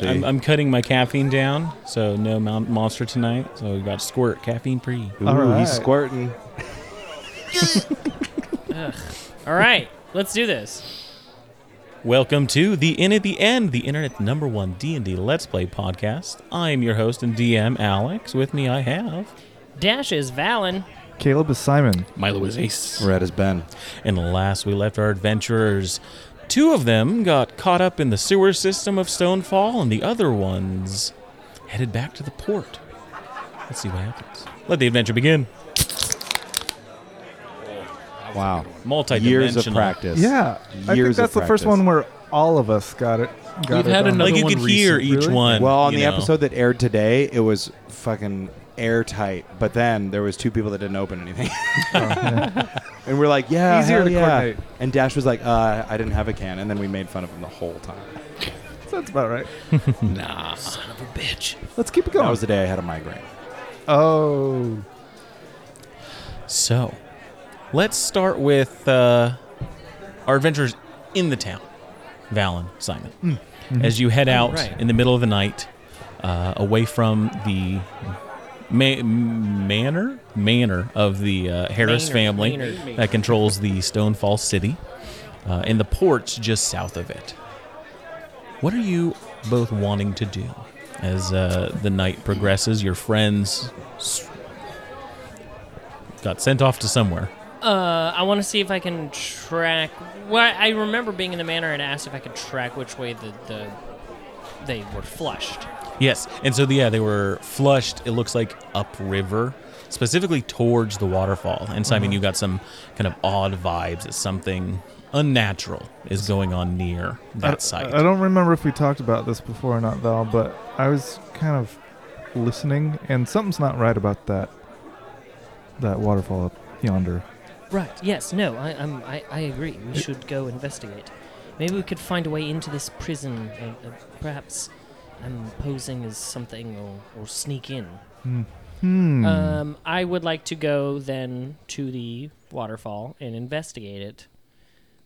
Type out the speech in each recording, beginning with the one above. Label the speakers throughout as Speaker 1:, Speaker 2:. Speaker 1: I'm, I'm cutting my caffeine down, so no Mount Monster tonight. So we got Squirt, caffeine free.
Speaker 2: Ooh,
Speaker 3: All right.
Speaker 2: he's squirting.
Speaker 4: All right, let's do this.
Speaker 1: Welcome to the Inn at the End, the internet's number one D and D Let's Play podcast. I'm your host and DM Alex. With me, I have
Speaker 4: Dash is Valen.
Speaker 3: Caleb is Simon.
Speaker 1: Milo is Ace.
Speaker 2: Red as Ben.
Speaker 1: And last, we left our adventurers. Two of them got caught up in the sewer system of Stonefall, and the other ones headed back to the port. Let's see what happens. Let the adventure begin.
Speaker 2: Wow.
Speaker 1: Multi
Speaker 2: Years of practice.
Speaker 3: Yeah, I think
Speaker 2: Years
Speaker 3: that's
Speaker 2: of
Speaker 3: the first
Speaker 2: practice.
Speaker 3: one where all of us got it. Got
Speaker 5: We've
Speaker 3: it
Speaker 5: had
Speaker 3: on.
Speaker 5: another-
Speaker 1: Like you
Speaker 5: one
Speaker 1: could hear
Speaker 5: recent,
Speaker 1: each
Speaker 5: really?
Speaker 1: one.
Speaker 2: Well, on
Speaker 1: you
Speaker 2: the
Speaker 1: know.
Speaker 2: episode that aired today, it was fucking airtight. But then there was two people that didn't open anything, and we're like, "Yeah,
Speaker 3: Easier
Speaker 2: hell
Speaker 3: to
Speaker 2: yeah.
Speaker 3: coordinate.
Speaker 2: And Dash was like, uh, "I didn't have a can," and then we made fun of him the whole time.
Speaker 3: That's about right.
Speaker 5: Nah.
Speaker 3: Let's keep
Speaker 2: That
Speaker 3: it going.
Speaker 2: was the day I had a migraine.
Speaker 3: oh,
Speaker 1: So, let's start with uh, our adventures in the town. Valen, Simon, as you head out
Speaker 5: right.
Speaker 1: in the middle of the night, uh, away from the ma- manor manor of the uh, Harris
Speaker 4: Manor,
Speaker 1: family
Speaker 4: manor.
Speaker 1: that controls the Stonefall City, uh, and the ports just south of it. What are you both wanting to do as uh, the night progresses? Your friends s- got sent off to somewhere.
Speaker 4: Uh, I want to see if I can track. Well, I remember being in the manor and asked if I could track which way the, the they were flushed.
Speaker 1: Yes, and so the, yeah, they were flushed. It looks like upriver, specifically towards the waterfall. And Simon,
Speaker 3: Mm-hmm.
Speaker 1: you got some kind of odd vibes that something unnatural is going on near
Speaker 3: I-
Speaker 1: that site.
Speaker 3: I, don't remember if we talked about this before or not, Val, but I was kind of listening, and something's not right about that that waterfall up yonder.
Speaker 4: Right. Yes. No. I I'm, I, I agree. We should go investigate. Maybe we could find a way into this prison. Uh, uh, perhaps I'm posing as something or, or sneak in.
Speaker 3: Hmm.
Speaker 5: Uh,
Speaker 4: Um, I would like to go then to the waterfall and investigate it,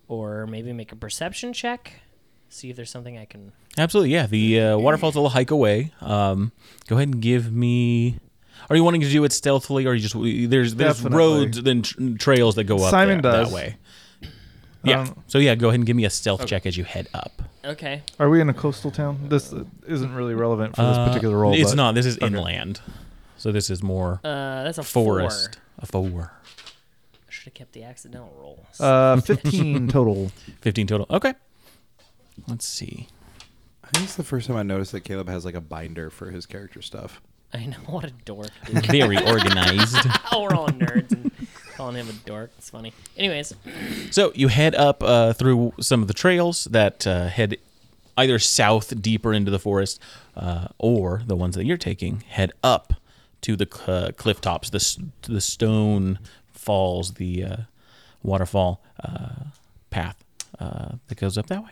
Speaker 4: or maybe make a perception check, see if there's something I can.
Speaker 1: Absolutely, yeah. The uh, waterfall's a little hike away. Um, go ahead and give me. Are you wanting to do it stealthily, or you just there's there's
Speaker 3: Definitely.
Speaker 1: roads then tr trails that go up
Speaker 3: Simon
Speaker 1: there,
Speaker 3: does.
Speaker 1: that way. Yeah.
Speaker 3: Um,
Speaker 1: so yeah, go ahead and give me a stealth check as you head up.
Speaker 4: Okay.
Speaker 3: Are we in a coastal town? This uh, isn't really relevant for this
Speaker 1: Uh,
Speaker 3: particular role.
Speaker 1: It's
Speaker 3: but-
Speaker 1: not. This is inland, so this is more
Speaker 4: Uh, that's a
Speaker 1: forest.
Speaker 4: Four.
Speaker 1: A four.
Speaker 4: I should have kept the accidental roll.
Speaker 3: Uh, 15 total.
Speaker 1: 15 total. Okay. Let's see.
Speaker 2: I think it's the first time I noticed that Caleb has like a binder for his character stuff.
Speaker 4: I know what a dork. Dude.
Speaker 1: Very organized.
Speaker 4: oh, we're all nerds and calling him a dork. It's funny. Anyways, uh,
Speaker 1: So you head up uh, through some of the trails that uh, head either south deeper into the forest, uh, or the ones that you're taking head up to the cl- uh, cliff tops, the s- to the stone falls, the uh, waterfall uh, path uh, that goes up that way.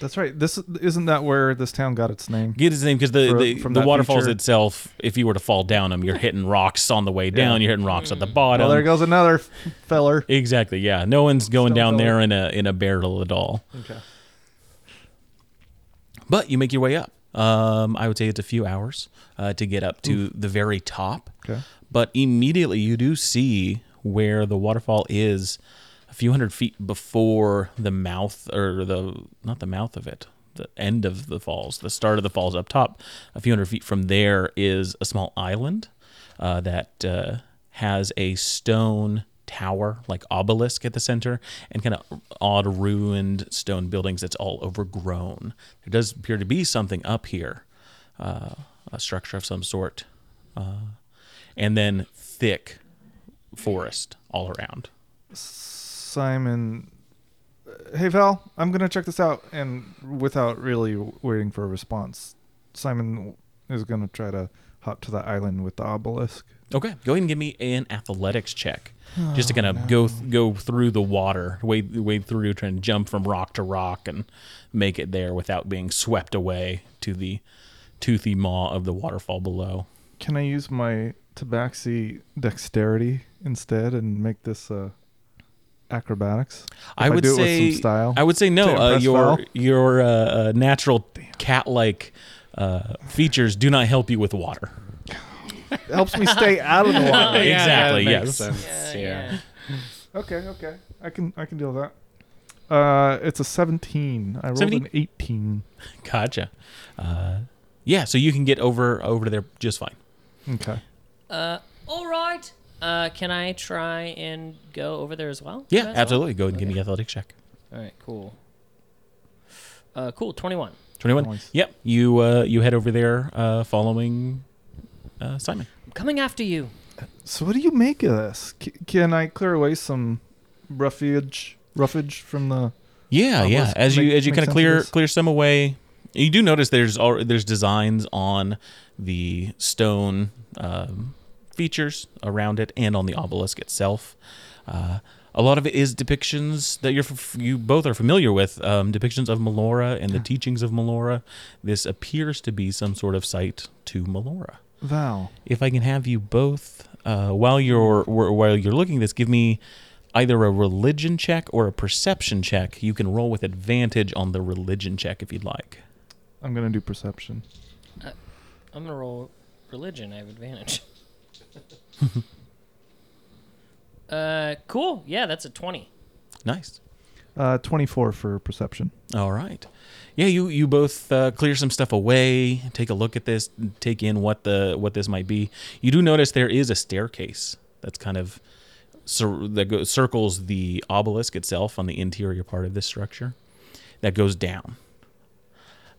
Speaker 3: That's right. This isn't that where this town got its name.
Speaker 1: Get his name because the,
Speaker 3: From-
Speaker 1: the,
Speaker 3: from
Speaker 1: the
Speaker 3: that
Speaker 1: waterfalls
Speaker 3: feature.
Speaker 1: itself. If you were to fall down them, you're hitting rocks on the way down. You're hitting rocks at the bottom.
Speaker 3: Well, there goes another f- feller.
Speaker 1: Exactly. Yeah. No one's going
Speaker 3: Stone
Speaker 1: down
Speaker 3: Cold.
Speaker 1: there in a in a barrel at all.
Speaker 3: Okay.
Speaker 1: But you make your way up. Um, I would say it's a few hours uh, to get up
Speaker 3: Mm.
Speaker 1: to the very top.
Speaker 3: Okay.
Speaker 1: But immediately you do see where the waterfall is, a few hundred feet before the mouth or the not the mouth of it, the end of the falls, the start of the falls up top. A few hundred feet from there is a small island uh, that uh, has a stone tower, like obelisk at the center, and kind of odd ruined stone buildings that's all overgrown. There does appear to be something up here, uh, a structure of some sort, uh, and then thick forest all around.
Speaker 3: Simon. Hey, Val, I'm going to check this out. And without really waiting for a response, Simon is going to try to hop to the island with the obelisk.
Speaker 1: Okay, go ahead and give me an athletics check, just to
Speaker 3: Oh,
Speaker 1: kind of go th- go through the water, wade wade through, trying to jump from rock to rock and make it there without being swept away to the toothy maw of the waterfall below.
Speaker 3: Can I use my tabaxi dexterity instead and make this uh, acrobatics?
Speaker 1: I
Speaker 3: If
Speaker 1: would
Speaker 3: do it
Speaker 1: say
Speaker 3: with some style.
Speaker 1: I would say no.
Speaker 3: Damn,
Speaker 1: Uh,
Speaker 3: that's
Speaker 1: your
Speaker 3: foul.
Speaker 1: your uh, uh, natural cat like uh, features do not help you with water.
Speaker 2: It helps me stay out of the water.
Speaker 1: yeah, Exactly,
Speaker 2: Oh, that makes
Speaker 1: yes.
Speaker 2: sense.
Speaker 3: Okay, okay. I can I can deal with that. Uh, it's a 17. I rolled
Speaker 1: 17?
Speaker 3: an 18.
Speaker 1: Gotcha. Uh, yeah, so you can get over over to there just fine.
Speaker 3: Okay.
Speaker 4: Uh, all right. Uh, can I try and go over there as well?
Speaker 1: Yeah,
Speaker 4: As well?
Speaker 1: absolutely. Go ahead and give me the athletics check.
Speaker 4: All right, cool. Uh, cool. Twenty-one.
Speaker 1: 21.
Speaker 3: Nice.
Speaker 1: Yep. You uh, you head over there uh, following uh, Simon.
Speaker 4: I'm coming after you.
Speaker 3: So what do you make of this? C- can I clear away some roughage roughage from the
Speaker 1: Yeah,
Speaker 3: Uh,
Speaker 1: yeah.
Speaker 3: let's
Speaker 1: As you
Speaker 3: make-
Speaker 1: as you
Speaker 3: make
Speaker 1: kind of
Speaker 3: sense of
Speaker 1: clear
Speaker 3: this.
Speaker 1: clear some away, you do notice there's al- there's designs on the stone um, features around it and on the obelisk itself. Uh, a lot of it is depictions that you're f- you both are familiar with, um, depictions of Melora and the teachings of Melora. This appears to be some sort of site to Melora.
Speaker 3: Val?
Speaker 1: if I can have you both uh, while you're wh- while you're looking at this, give me either a religion check or a perception check. You can roll with advantage on the religion check if you'd like.
Speaker 3: I'm gonna do perception.
Speaker 4: I'm gonna roll religion. I have advantage. uh, cool. Yeah, that's a twenty.
Speaker 1: Nice.
Speaker 3: Uh, 24 for perception.
Speaker 1: All right. Yeah, you you both uh, clear some stuff away. Take a look at this. Take in what the what this might be. You do notice there is a staircase that's kind of cir- that go- circles the obelisk itself on the interior part of this structure that goes down.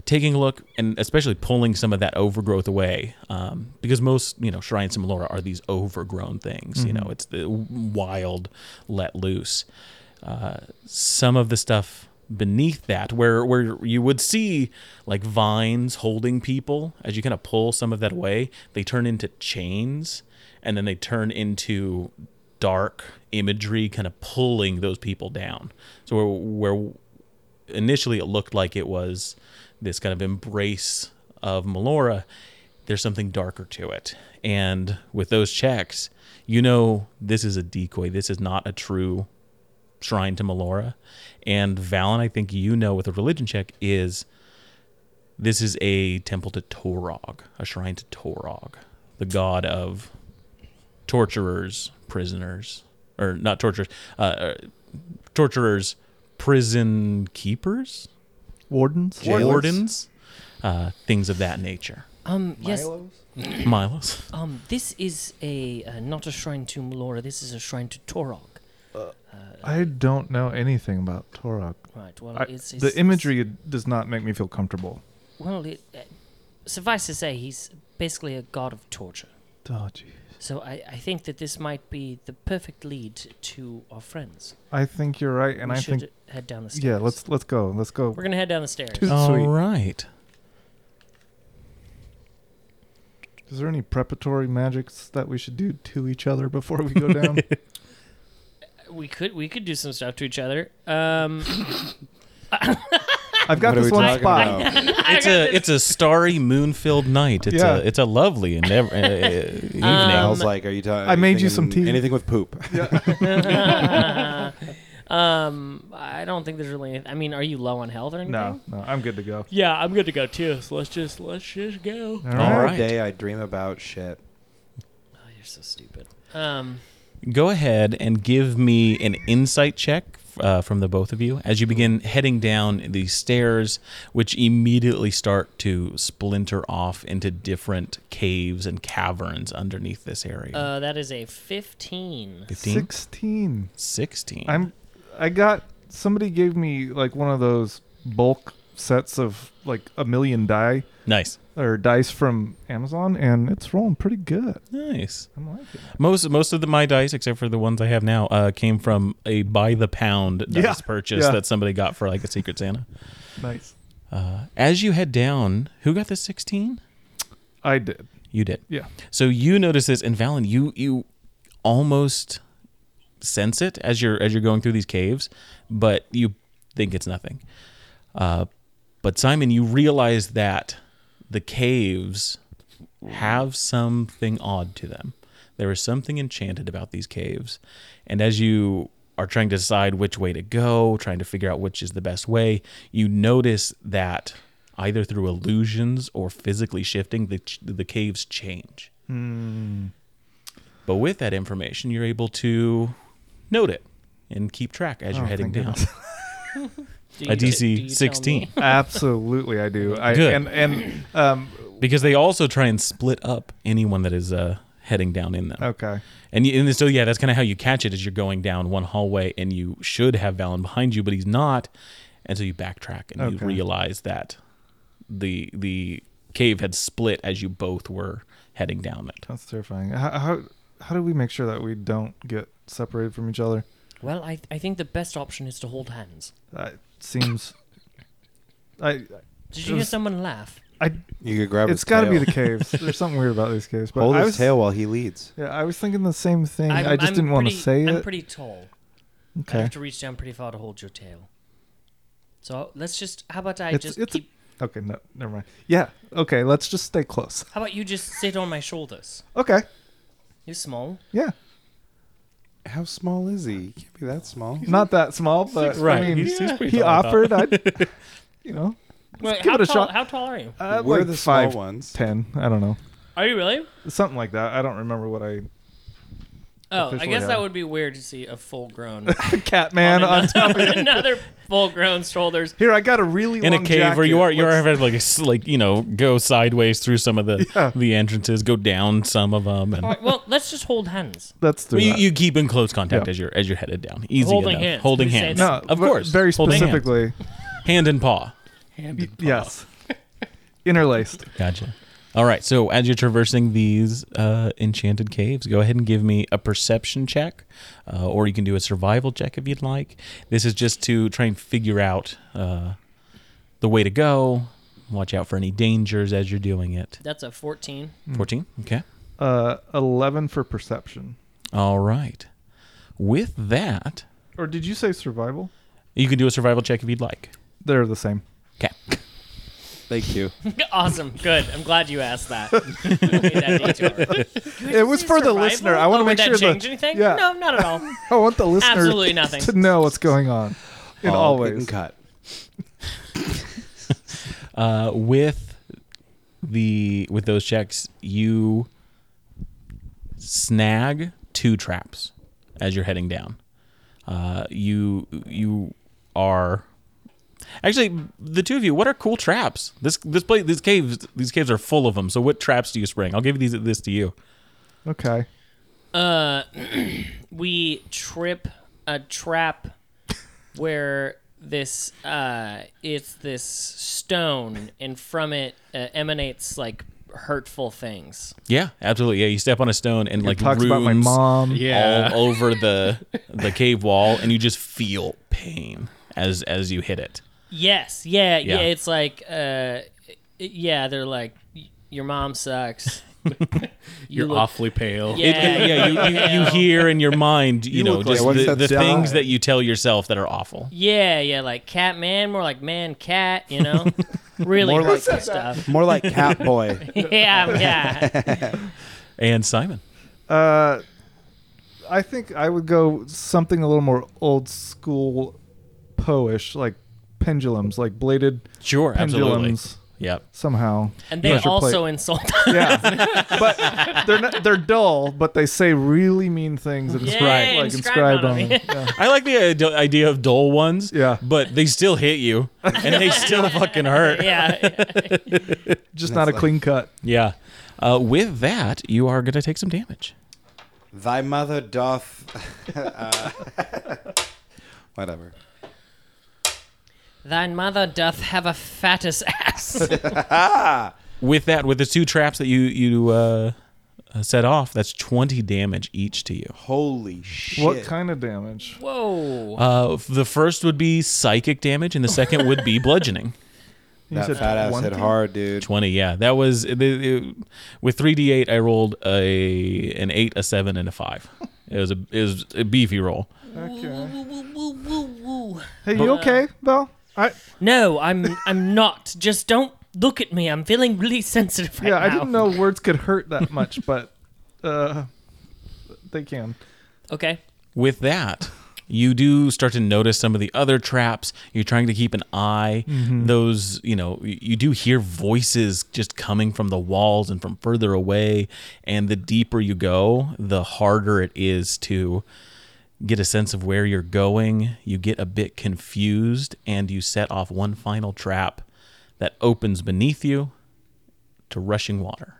Speaker 1: Taking a look and especially pulling some of that overgrowth away, um, because most you know shrines in Melora are these overgrown things. You know, it's the wild let loose uh, some of the stuff beneath that where where you would see like vines holding people as you kind of pull some of that away they turn into chains and then they turn into dark imagery kind of pulling those people down so where, where initially it looked like it was this kind of embrace of Melora, there's something darker to it. And with those checks, you know this is a decoy. This is not a true shrine to Melora. And Valen, I think you know with a religion check is this is a temple to Torog, a shrine to Torog, the god of torturers, prisoners, or not torturers, uh, uh, torturers, prison keepers,
Speaker 3: Wardens.
Speaker 2: Jailers.
Speaker 1: wardens, uh, things of that nature.
Speaker 4: Um, yes.
Speaker 2: Milos?
Speaker 1: Milos.
Speaker 4: Um, this is a uh, not a shrine to Melora. This is a shrine to Torog.
Speaker 3: I don't know anything about Torok.
Speaker 4: Right. Well,
Speaker 3: I-
Speaker 4: it's, it's
Speaker 3: the imagery does not make me feel comfortable.
Speaker 4: Well, it, uh, suffice to say, he's basically a god of torture.
Speaker 3: Oh, gee.
Speaker 4: So I, I think that this might be the perfect lead to our friends.
Speaker 3: I think you're right, and
Speaker 4: we
Speaker 3: I
Speaker 4: should
Speaker 3: think
Speaker 4: head down the stairs.
Speaker 3: yeah. Let's let's go. Let's go.
Speaker 4: We're gonna head down the stairs.
Speaker 3: Sweet.
Speaker 1: All right.
Speaker 3: Is there any preparatory magics that we should do to each other before we go down?
Speaker 4: Uh, We could we could do some stuff to each other. Um,
Speaker 3: I've
Speaker 2: What
Speaker 3: got
Speaker 2: are
Speaker 3: this
Speaker 2: we talking
Speaker 3: one spot.
Speaker 2: about?
Speaker 1: It's a it's a starry moon-filled night. It's
Speaker 3: Yeah.
Speaker 1: a it's a lovely and ev- uh, uh, evening.
Speaker 4: Um,
Speaker 2: I was like, "Are you talking?"
Speaker 3: I made you some tea.
Speaker 2: Anything with poop?
Speaker 4: um, I don't think there's really. Anything. I mean, are you low on health or anything?
Speaker 3: No, no, I'm good to go.
Speaker 4: Yeah, I'm good to go too. So let's just let's just go.
Speaker 3: All
Speaker 1: All
Speaker 3: right.
Speaker 1: right.
Speaker 2: day I dream about shit.
Speaker 4: Oh, you're so stupid. Um,
Speaker 1: Go ahead and give me an insight check uh, from the both of you as you begin heading down these stairs, which immediately start to splinter off into different caves and caverns underneath this area.
Speaker 4: uh, that is a fifteen.
Speaker 1: 15,
Speaker 3: 16.
Speaker 1: 16.
Speaker 3: I'm. I got somebody gave me like one of those bulk sets of like a million die
Speaker 1: nice.
Speaker 3: or dice from Amazon, and it's rolling pretty good.
Speaker 1: Nice.
Speaker 3: I'm liking it.
Speaker 1: Most most of the, my dice, except for the ones I have now, uh, came from a by the pound dice
Speaker 3: Yeah,
Speaker 1: purchase
Speaker 3: yeah.
Speaker 1: that somebody got for like a Secret Santa.
Speaker 3: Nice.
Speaker 1: Uh, as you head down, who got the sixteen?
Speaker 3: I did.
Speaker 1: You did.
Speaker 3: Yeah.
Speaker 1: So you notice this, and Valen, you you almost sense it as you're as you're going through these caves, but you think it's nothing. Uh, but Simon, you realize that the caves have something odd to them. There is something enchanted about these caves, and as you are trying to decide which way to go, trying to figure out which is the best way, you notice that either through illusions or physically shifting, the ch- the caves change. But with that information, you're able to note it and keep track as you're
Speaker 3: Oh,
Speaker 1: heading
Speaker 3: thank
Speaker 1: down.
Speaker 3: goodness.
Speaker 4: Do
Speaker 1: A
Speaker 4: you-
Speaker 1: DC
Speaker 4: do you tell
Speaker 1: 16.
Speaker 4: me?
Speaker 3: Absolutely, I do. I
Speaker 1: Good.
Speaker 3: and and um.
Speaker 1: Because they also try and split up anyone that is uh, heading down in them.
Speaker 3: Okay.
Speaker 1: And, you, and so, yeah, that's kind of how you catch it as you're going down one hallway and you should have Valen behind you, but he's not. And so you backtrack and
Speaker 3: Okay.
Speaker 1: you realize that the the cave had split as you both were heading down it.
Speaker 3: That's terrifying. How, how how do we make sure that we don't get separated from each other?
Speaker 4: Well, I, I think the best option is to hold hands.
Speaker 3: That seems. I
Speaker 4: Did
Speaker 3: It
Speaker 4: you hear
Speaker 3: was-
Speaker 4: someone laugh?
Speaker 2: You could grab
Speaker 3: it's
Speaker 2: his
Speaker 3: got to be
Speaker 2: tail.
Speaker 3: the caves. There's something weird about these caves. But
Speaker 2: Hold
Speaker 3: I
Speaker 2: his
Speaker 3: was
Speaker 2: tail while he leads.
Speaker 3: yeah, I was thinking the same thing. i
Speaker 4: I'm-
Speaker 3: just
Speaker 4: I'm
Speaker 3: didn't want to
Speaker 4: pretty-
Speaker 3: say
Speaker 4: I'm
Speaker 3: it.
Speaker 4: pretty tall. I
Speaker 3: Okay.
Speaker 4: have to reach down pretty far to hold your tail. So let's just. How about I
Speaker 3: It's-
Speaker 4: just
Speaker 3: it's a-
Speaker 4: keep?
Speaker 3: Okay. No. Never mind. Yeah. Okay. Let's just stay close.
Speaker 4: How about you just sit on my shoulders?
Speaker 3: Okay.
Speaker 4: You're small.
Speaker 3: Yeah.
Speaker 2: How small is he? He can't be that small.
Speaker 3: Not that small, but I mean,
Speaker 1: He's- he's pretty
Speaker 3: he
Speaker 1: tall, I thought.
Speaker 3: offered. I, you know,
Speaker 4: Wait,
Speaker 3: give
Speaker 4: how
Speaker 3: it a
Speaker 4: tall?
Speaker 3: shot.
Speaker 4: How tall are you?
Speaker 3: uh,
Speaker 2: We're
Speaker 3: like
Speaker 2: the small
Speaker 3: five,
Speaker 2: ones.
Speaker 3: ten. I don't know,
Speaker 4: Are you really?
Speaker 3: something like that. I don't remember what I.
Speaker 4: Oh, I
Speaker 3: Officially,
Speaker 4: guess
Speaker 3: yeah.
Speaker 4: that would be weird to see a full-grown
Speaker 3: Catman on
Speaker 4: another, another full-grown shoulders.
Speaker 3: Here, I got a really
Speaker 1: in a
Speaker 3: long
Speaker 1: cave where you
Speaker 3: jacket.
Speaker 1: are you are
Speaker 3: Let's-
Speaker 1: having like a s like you know go sideways through some of the
Speaker 3: Yeah.
Speaker 1: the entrances go down some of them and
Speaker 4: All right, well, let's just hold hands.
Speaker 3: Let's do
Speaker 1: Well, you,
Speaker 3: that.
Speaker 1: you keep in close contact
Speaker 3: Yeah.
Speaker 1: as you're as you're headed down easy
Speaker 4: Holding
Speaker 1: enough.
Speaker 4: hands.
Speaker 1: holding
Speaker 4: We say
Speaker 1: hands
Speaker 4: that.
Speaker 3: no,
Speaker 1: of
Speaker 3: ve-
Speaker 1: course
Speaker 3: Very
Speaker 1: holding hands.
Speaker 3: specifically.
Speaker 1: hand and paw
Speaker 3: y- Yes. Interlaced.
Speaker 1: gotcha all right so as you're traversing these uh, enchanted caves go ahead and give me a perception check uh, or you can do a survival check if you'd like this is just to try and figure out uh, the way to go watch out for any dangers as you're doing it
Speaker 4: That's a 14.
Speaker 1: 14 okay
Speaker 3: Uh, 11 for perception.
Speaker 1: All right. With that,
Speaker 3: Or did you say survival?
Speaker 1: you can do a survival check if you'd like.
Speaker 3: They're the same.
Speaker 1: Okay.
Speaker 2: Thank you.
Speaker 4: awesome. Good. I'm glad you asked that. We made that detour.
Speaker 3: It was
Speaker 4: Say
Speaker 3: for the
Speaker 4: survival?
Speaker 3: listener. I want
Speaker 4: Oh,
Speaker 3: to
Speaker 4: would
Speaker 3: make
Speaker 4: that
Speaker 3: sure
Speaker 4: change
Speaker 3: the,
Speaker 4: anything?
Speaker 3: Yeah.
Speaker 4: No, not at all.
Speaker 3: I want the listener
Speaker 4: Absolutely nothing.
Speaker 3: to know what's going on. In
Speaker 2: All getting
Speaker 3: always.
Speaker 2: cut.
Speaker 1: Uh, with the with those checks, you snag two traps as you're heading down. Uh, you you are actually the two of you. What are cool traps? This this place these caves these caves are full of them. So what traps do you spring? I'll give these this to you.
Speaker 3: Okay.
Speaker 4: Uh, we trip a trap where this uh, it's this stone, and from it uh, emanates like hurtful things.
Speaker 1: Yeah, absolutely. Yeah, you step on a stone and like
Speaker 3: it talks about my
Speaker 1: runes-
Speaker 3: mom.
Speaker 1: all over the the cave wall, and you just feel pain as as you hit it.
Speaker 4: Yes, yeah, yeah.
Speaker 1: Yeah.
Speaker 4: it's like, uh, yeah, they're like, y- your mom sucks. you
Speaker 5: You're
Speaker 4: look-
Speaker 5: awfully pale.
Speaker 4: Yeah,
Speaker 1: yeah, you, you, you hear in your mind, you, know,
Speaker 2: look like
Speaker 1: just
Speaker 2: what's
Speaker 1: the,
Speaker 2: that
Speaker 1: the things
Speaker 2: guy?
Speaker 1: that you tell yourself that are awful.
Speaker 4: Yeah, yeah, like cat man, more like man cat, you know? really
Speaker 2: More like-
Speaker 4: hurtful stuff.
Speaker 2: More like cat boy.
Speaker 4: yeah, yeah.
Speaker 1: And Simon,
Speaker 3: Uh, I think I would go something a little more old school poish, like pendulums, like bladed
Speaker 1: sure, absolutely,
Speaker 3: pendulums
Speaker 1: yep.
Speaker 3: somehow.
Speaker 4: And they
Speaker 3: Pressure plate.
Speaker 4: also insult
Speaker 3: Yeah, but they're not, they're dull, but they say really mean things and
Speaker 4: Yay,
Speaker 3: like
Speaker 4: inscribed
Speaker 3: inscribed
Speaker 4: on
Speaker 3: on
Speaker 4: them.
Speaker 3: them. Yeah.
Speaker 1: I like the ide- idea of dull ones,
Speaker 3: Yeah.
Speaker 1: but they still hit you, and they still fucking hurt.
Speaker 4: yeah.
Speaker 3: Just not a
Speaker 2: That's like-
Speaker 3: clean cut.
Speaker 1: Yeah. Uh, with that, you are gonna take some damage.
Speaker 2: Thy mother doth. uh, whatever.
Speaker 4: Thine mother doth have a fattest ass.
Speaker 1: with that with the two traps that you you uh, uh, set off that's 20 damage each to you
Speaker 2: Holy shit.
Speaker 3: What kind of damage?
Speaker 4: Whoa.
Speaker 1: uh, the first would be psychic damage and the second would be bludgeoning
Speaker 3: You
Speaker 2: that
Speaker 3: said
Speaker 2: fat ass
Speaker 3: 20?
Speaker 2: hit hard, dude.
Speaker 1: 20 yeah that was it, it- it- with 3d8 i rolled a an 8 a 7 and a 5 it was a it was a beefy roll
Speaker 3: Okay.
Speaker 4: Woo, woo, woo, woo, woo, woo.
Speaker 3: Hey, you
Speaker 4: But-
Speaker 3: okay, Belle? I
Speaker 4: No, I'm I'm not. Just don't look at me. I'm feeling really sensitive right
Speaker 3: yeah,
Speaker 4: now.
Speaker 3: I didn't know words could hurt that much, but uh, they can.
Speaker 4: Okay.
Speaker 1: with that you do start to notice some of the other traps you're trying to keep an eye those you know y- you do hear voices just coming from the walls and from further away and the deeper you go the harder it is to get a sense of where you're going you get a bit confused and you set off one final trap that opens beneath you to rushing water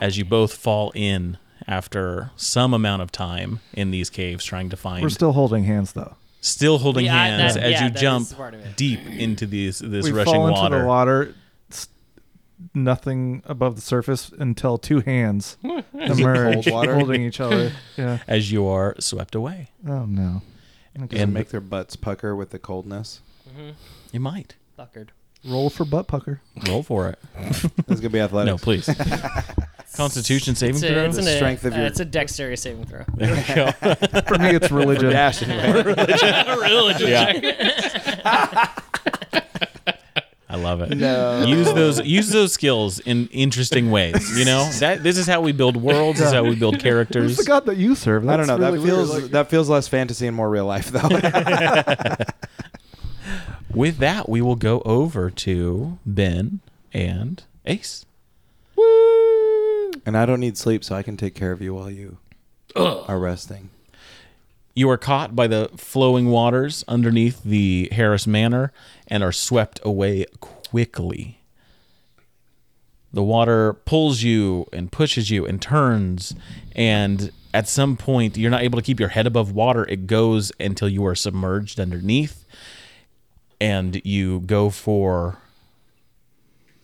Speaker 1: as you both fall in after some amount of time in these caves trying to find
Speaker 3: We're still holding hands, though.
Speaker 1: still holding
Speaker 4: Yeah, I-
Speaker 1: hands
Speaker 4: that-
Speaker 1: as
Speaker 4: yeah,
Speaker 1: you
Speaker 4: that
Speaker 1: jump
Speaker 4: is part of it.
Speaker 1: deep into these this
Speaker 3: we
Speaker 1: rushing
Speaker 3: fall into
Speaker 1: water.
Speaker 3: the water. s- Nothing above the surface until two hands emerge,
Speaker 2: cold water?
Speaker 3: holding each other. Yeah.
Speaker 1: as you are swept away.
Speaker 3: Oh no.
Speaker 2: Does it
Speaker 1: And-
Speaker 2: make their butts pucker with the coldness?
Speaker 1: You might
Speaker 4: Buckered.
Speaker 3: Roll for butt pucker.
Speaker 1: roll for it.
Speaker 2: That's gonna be
Speaker 1: No,
Speaker 2: athletics.
Speaker 1: please. Constitution saving
Speaker 4: It's
Speaker 1: throw.
Speaker 4: a, it's,
Speaker 2: The
Speaker 4: an,
Speaker 2: strength of
Speaker 4: uh,
Speaker 2: your-
Speaker 4: it's a dexterity saving throw.
Speaker 1: there we go.
Speaker 3: For me, it's religion.
Speaker 2: Dash anyway.
Speaker 1: yeah. I love it.
Speaker 2: No.
Speaker 1: Use those use those skills in interesting ways. You know that this is how we build worlds. This is how we build
Speaker 3: Who's
Speaker 1: characters.
Speaker 3: the god that you serve?
Speaker 2: I don't
Speaker 3: That's
Speaker 2: know.
Speaker 3: really
Speaker 2: that
Speaker 3: weird.
Speaker 2: feels
Speaker 3: Like-
Speaker 2: that feels less fantasy and more real life though.
Speaker 1: With that, we will go over to Ben and Ace.
Speaker 2: and I don't need sleep, so I can take care of you while you are resting.
Speaker 1: You are caught by the flowing waters underneath the Harris Manor and are swept away quickly. The water pulls you and pushes you and turns, and at some point, you're not able to keep your head above water. It goes until you are submerged underneath, and you go for.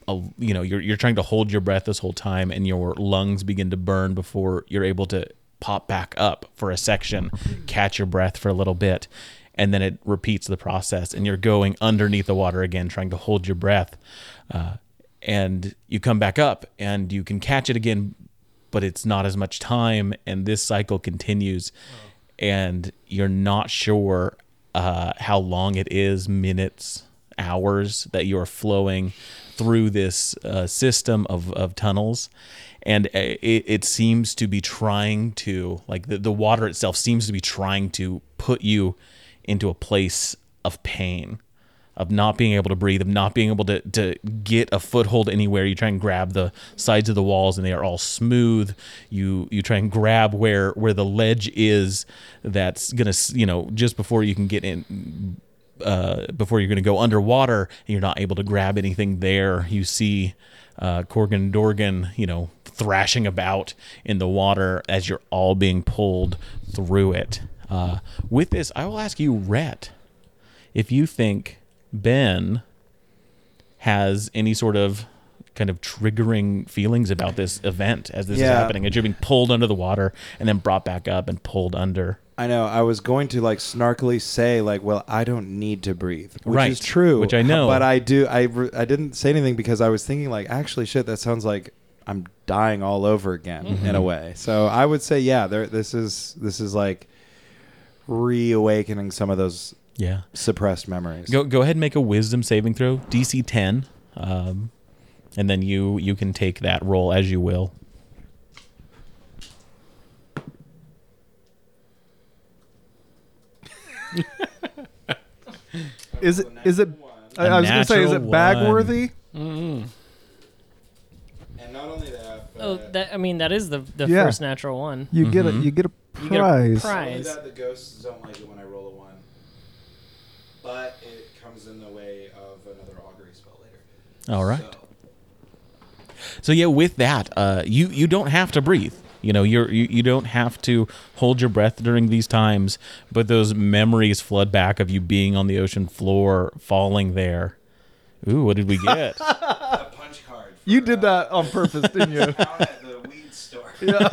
Speaker 1: A, you know you're, you're trying to hold your breath this whole time and your lungs begin to burn before you're able to pop back up for a section catch your breath for a little bit and then it repeats the process and you're going underneath the water again trying to hold your breath uh, and you come back up and you can catch it again but it's not as much time and this cycle continues and you're not sure uh, how long it is minutes hours that you're flowing through this uh, system of, of tunnels and it, it seems to be trying to like the, the water itself seems to be trying to put you into a place of pain of not being able to breathe, of not being able to, to get a foothold anywhere. You try and grab the sides of the walls and they are all smooth. You you try and grab where where the ledge is that's gonna s- you know just before you can get in uh, before you're gonna go underwater. And you're not able to grab anything there. You see uh, Corgan Dorgan you know thrashing about in the water as you're all being pulled through it. Uh, with this, I will ask you, Rhett if you think Ben has any sort of kind of triggering feelings about this event as this is
Speaker 2: Yeah.
Speaker 1: happening, as you're being pulled under the water and then brought back up and pulled under.
Speaker 2: I know. I was going to like snarkily say like, "Well, I don't need to breathe," which
Speaker 1: Right,
Speaker 2: is true,
Speaker 1: which I know.
Speaker 2: But I do. I re- I didn't say anything because I was thinking like, actually, shit, that sounds like I'm dying all over again
Speaker 1: Mm-hmm.
Speaker 2: in a way. So I would say, yeah, there. This is this is like reawakening some of those
Speaker 1: Yeah.
Speaker 2: suppressed memories.
Speaker 1: Go go ahead and make a wisdom saving throw, DC 10. Um, and then you you can take that roll as you will.
Speaker 3: is it? Is it? I,
Speaker 1: A
Speaker 3: I was gonna say, is
Speaker 1: natural
Speaker 3: it bag
Speaker 1: one.
Speaker 3: worthy?
Speaker 2: And not only that, but
Speaker 4: Oh, that, I mean that is the the
Speaker 3: Yeah.
Speaker 4: first natural one.
Speaker 3: You get a
Speaker 1: Mhm.
Speaker 3: you get a
Speaker 4: You get a
Speaker 3: prize.
Speaker 4: prize.
Speaker 2: the ghosts don't like it when I roll a one, but it comes in the way of another augury spell later.
Speaker 1: All right. So yeah, with that, uh, you you don't have to breathe. You know, you're you, you don't have to hold your breath during these times. But those memories flood back of you being on the ocean floor, falling there. Ooh, what did we get?
Speaker 2: a punch card.
Speaker 3: You did that on purpose, didn't you?
Speaker 2: out at the weed store.
Speaker 3: yeah.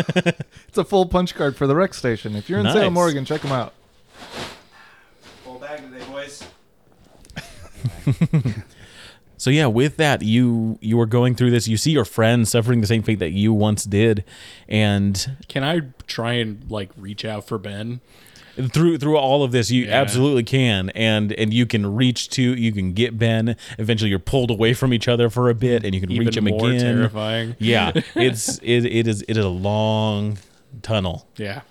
Speaker 3: It's a full punch card for the rec station. If you're in
Speaker 1: Nice.
Speaker 3: Salem, Oregon, check them out.
Speaker 2: Full bag today, boys.
Speaker 1: So yeah, with that, you you are going through this. You see your friend suffering the same fate that you once did, and
Speaker 5: Can I try and like reach out for Ben?
Speaker 1: through through all of this, you
Speaker 5: Yeah.
Speaker 1: absolutely can, and and you can reach to, you can get Ben. Eventually, you're pulled away from each other for a bit, and you can
Speaker 5: Even
Speaker 1: reach him
Speaker 5: more
Speaker 1: again.
Speaker 5: terrifying.
Speaker 1: Yeah, it's it, it is it is a long tunnel.
Speaker 5: Yeah.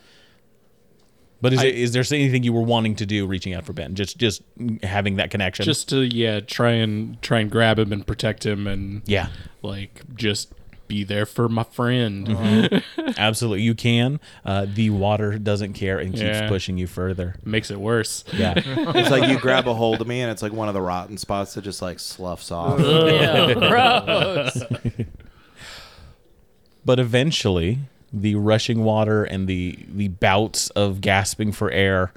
Speaker 1: But is,
Speaker 5: I-
Speaker 1: it, is there anything you were wanting to do reaching out for Ben? Just just having that connection.
Speaker 5: Just to yeah, try and try and grab him and protect him and
Speaker 1: yeah,
Speaker 5: like just be there for my friend.
Speaker 1: Mm-hmm. absolutely. You can. Uh, the water doesn't care and keeps
Speaker 5: Yeah.
Speaker 1: pushing you further.
Speaker 5: Makes it worse.
Speaker 1: Yeah.
Speaker 2: It's like you grab a hold of me, and it's like one of the rotten spots that just like sloughs off.
Speaker 4: Yeah, gross.
Speaker 1: but eventually, the rushing water and the the bouts of gasping for air,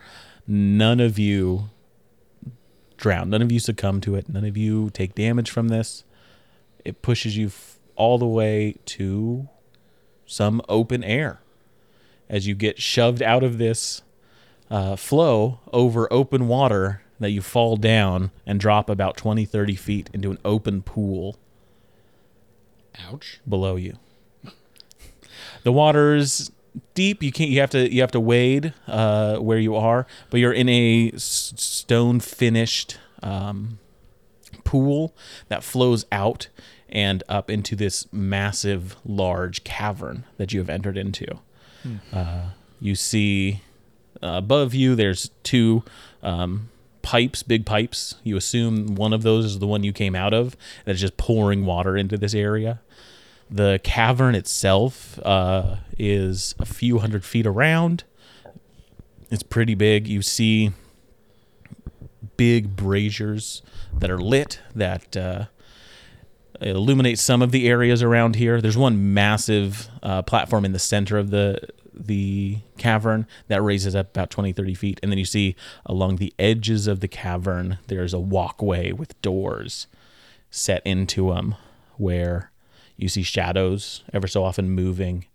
Speaker 1: none of you drown. None of you succumb to it. None of you take damage from this. It pushes you f- all the way to some open air as you get shoved out of this uh, flow over open water that you fall down and drop about 20 30 feet into an open pool
Speaker 5: Ouch.
Speaker 1: below you. The water's deep. You can't. You have to. You have to wade uh, where you are, but you're in a s- stone finished um, pool that flows out and up into this massive, large cavern that you have entered into. Uh, you see uh, above you. There's two. Um, Pipes, big pipes. You assume one of those is the one you came out of that's just pouring water into this area. The cavern itself uh, is a few hundred feet around. It's pretty big. You see big braziers that are lit that uh, illuminate some of the areas around here. There's one massive uh, platform in the center of the the cavern that raises up about 20 30 feet and then you see along the edges of the cavern there's a walkway with doors set into them where you see shadows ever so often moving.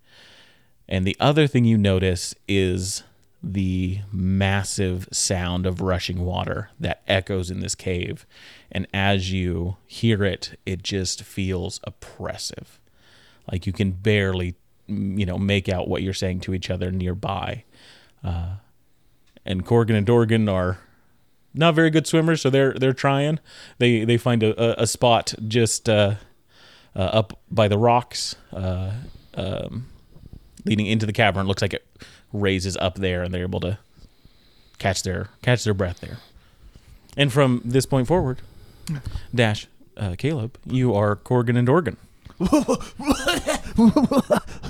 Speaker 1: And the other thing you notice is the massive sound of rushing water that echoes in this cave. And as you hear it, it just feels oppressive. Like you can barely, mm, you know, make out what you're saying to each other nearby. Uh, and Corgan and Dorgan are not very good swimmers, so they're they're trying. They they find a, a, a spot just uh, uh, up by the rocks, uh, um, leading into the cavern. Looks like it raises up there, and they're able to catch their catch their breath there. And from this point forward, Dash, uh, Caleb, you are Corgan and Dorgan.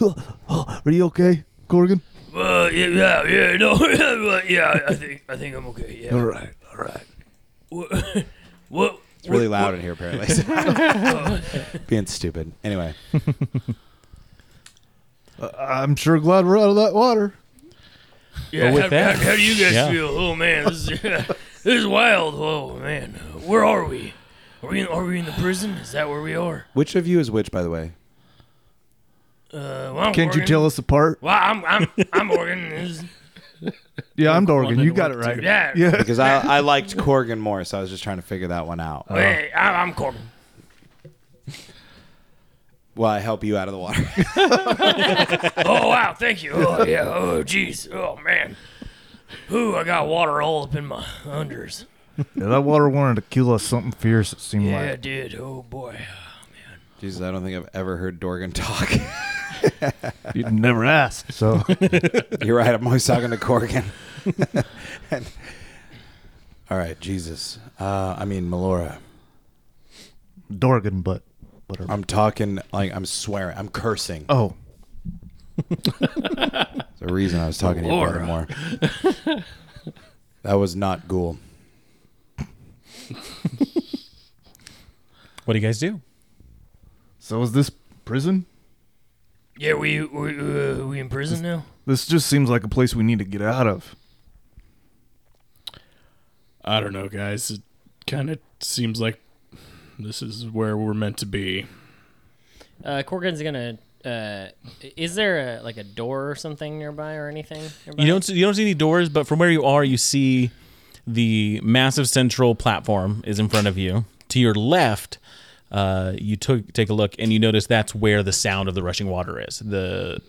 Speaker 6: Are you okay, Corgan?
Speaker 7: Well, yeah, yeah, yeah, no, well, yeah. I think I think I'm okay. Yeah.
Speaker 6: All right, all right.
Speaker 7: What? what
Speaker 2: It's really loud in here, apparently. Being stupid. Anyway,
Speaker 6: Uh, I'm sure glad we're out of that water.
Speaker 7: Yeah.
Speaker 1: Well, with
Speaker 7: how,
Speaker 1: that-
Speaker 7: how, how do you guys
Speaker 1: yeah.
Speaker 7: feel? Oh man, this is, this is wild. Oh man, Uh, where are we? Are we in, are we in the prison? Is that where we are?
Speaker 2: which of you is which, by the way?
Speaker 7: Uh, well, I'm
Speaker 6: Can't you
Speaker 7: Oregon.
Speaker 6: tell us apart?
Speaker 7: Well, I'm I'm I'm Oregon. This is-
Speaker 6: Yeah, I'm Dorgan.
Speaker 5: wanted
Speaker 6: You
Speaker 5: to
Speaker 6: got it
Speaker 5: work
Speaker 6: right.
Speaker 7: Yeah.
Speaker 6: Yeah.
Speaker 2: Because I, I liked Corgan more, so I was just trying to figure that one out.
Speaker 3: Uh,
Speaker 7: Hey, I, I'm Corbin.
Speaker 2: Well, I help you out of the water.
Speaker 7: Oh wow, thank you. Oh yeah. Oh jeez. Oh man. Ooh, I got water all up in my unders.
Speaker 3: Yeah, that water wanted to kill us something fierce, it seemed
Speaker 7: Yeah,
Speaker 3: like.
Speaker 7: dude. Oh boy.
Speaker 2: Jesus, I don't think I've ever heard Dorgan talk.
Speaker 6: You never asked.
Speaker 3: So,
Speaker 2: You're right. I'm always talking to Corgan. And- all right, Jesus. Uh, I mean, Melora.
Speaker 6: Dorgan, but whatever.
Speaker 2: I'm talking like I'm swearing. I'm cursing.
Speaker 6: oh,
Speaker 2: The reason I was talking to you brother more. that was not Ghoul.
Speaker 1: What do you guys do?
Speaker 6: so is this prison?
Speaker 7: Yeah, we we uh, we in prison now.
Speaker 3: this just seems like a place we need to get out of.
Speaker 5: I don't know, guys. It kind of seems like this is where we're meant to be.
Speaker 4: Uh, Corgan's gonna. Uh, is there a, like a door or something nearby or anything? Nearby?
Speaker 1: You don't see, you don't see any doors, but from where you are, you see the massive central platform is in front of you. to your left, uh, you took take a look and you notice that's where the sound of the rushing water is. The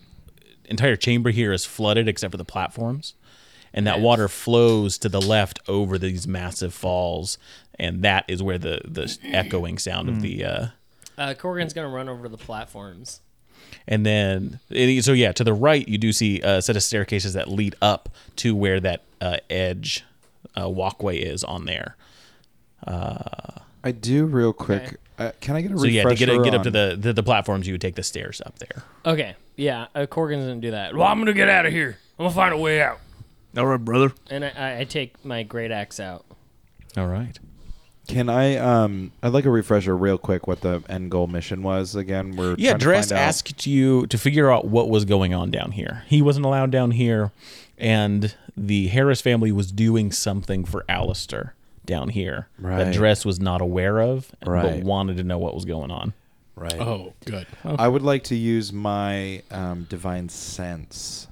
Speaker 1: entire chamber here is flooded except for the platforms, and that water flows to the left over these massive falls, and that is where the the echoing sound of the. Uh,
Speaker 4: Uh, Corgan's gonna run over to the platforms.
Speaker 1: and then, and so yeah, to the right, you do see a set of staircases that lead up to where that uh, edge uh, walkway is on there.
Speaker 2: I do real quick.
Speaker 4: Okay.
Speaker 2: Uh, can I get a
Speaker 1: So yeah, to get,
Speaker 2: refresher
Speaker 1: get up to
Speaker 2: on-
Speaker 1: the, the the platforms, you would take the stairs up there.
Speaker 4: Okay, yeah, uh, Corgan's gonna do that.
Speaker 7: Well, I'm gonna get out of here. I'm gonna find a way out.
Speaker 6: All right, brother.
Speaker 4: And I- I, I take my great axe out.
Speaker 1: All right.
Speaker 2: Can I? Um, I'd like a refresher real quick. What the end goal mission was again? We're
Speaker 1: Yeah,
Speaker 2: trying to
Speaker 1: Dress
Speaker 2: find out-
Speaker 1: asked you to figure out what was going on down here. He wasn't allowed down here, and the Harris family was doing something for Alistair down here
Speaker 2: Right.
Speaker 1: that Dress was not aware of,
Speaker 2: Right.
Speaker 1: but wanted to know what was going on.
Speaker 2: Right.
Speaker 5: Oh, good.
Speaker 1: Uh,
Speaker 2: I would like to use my um, divine sense.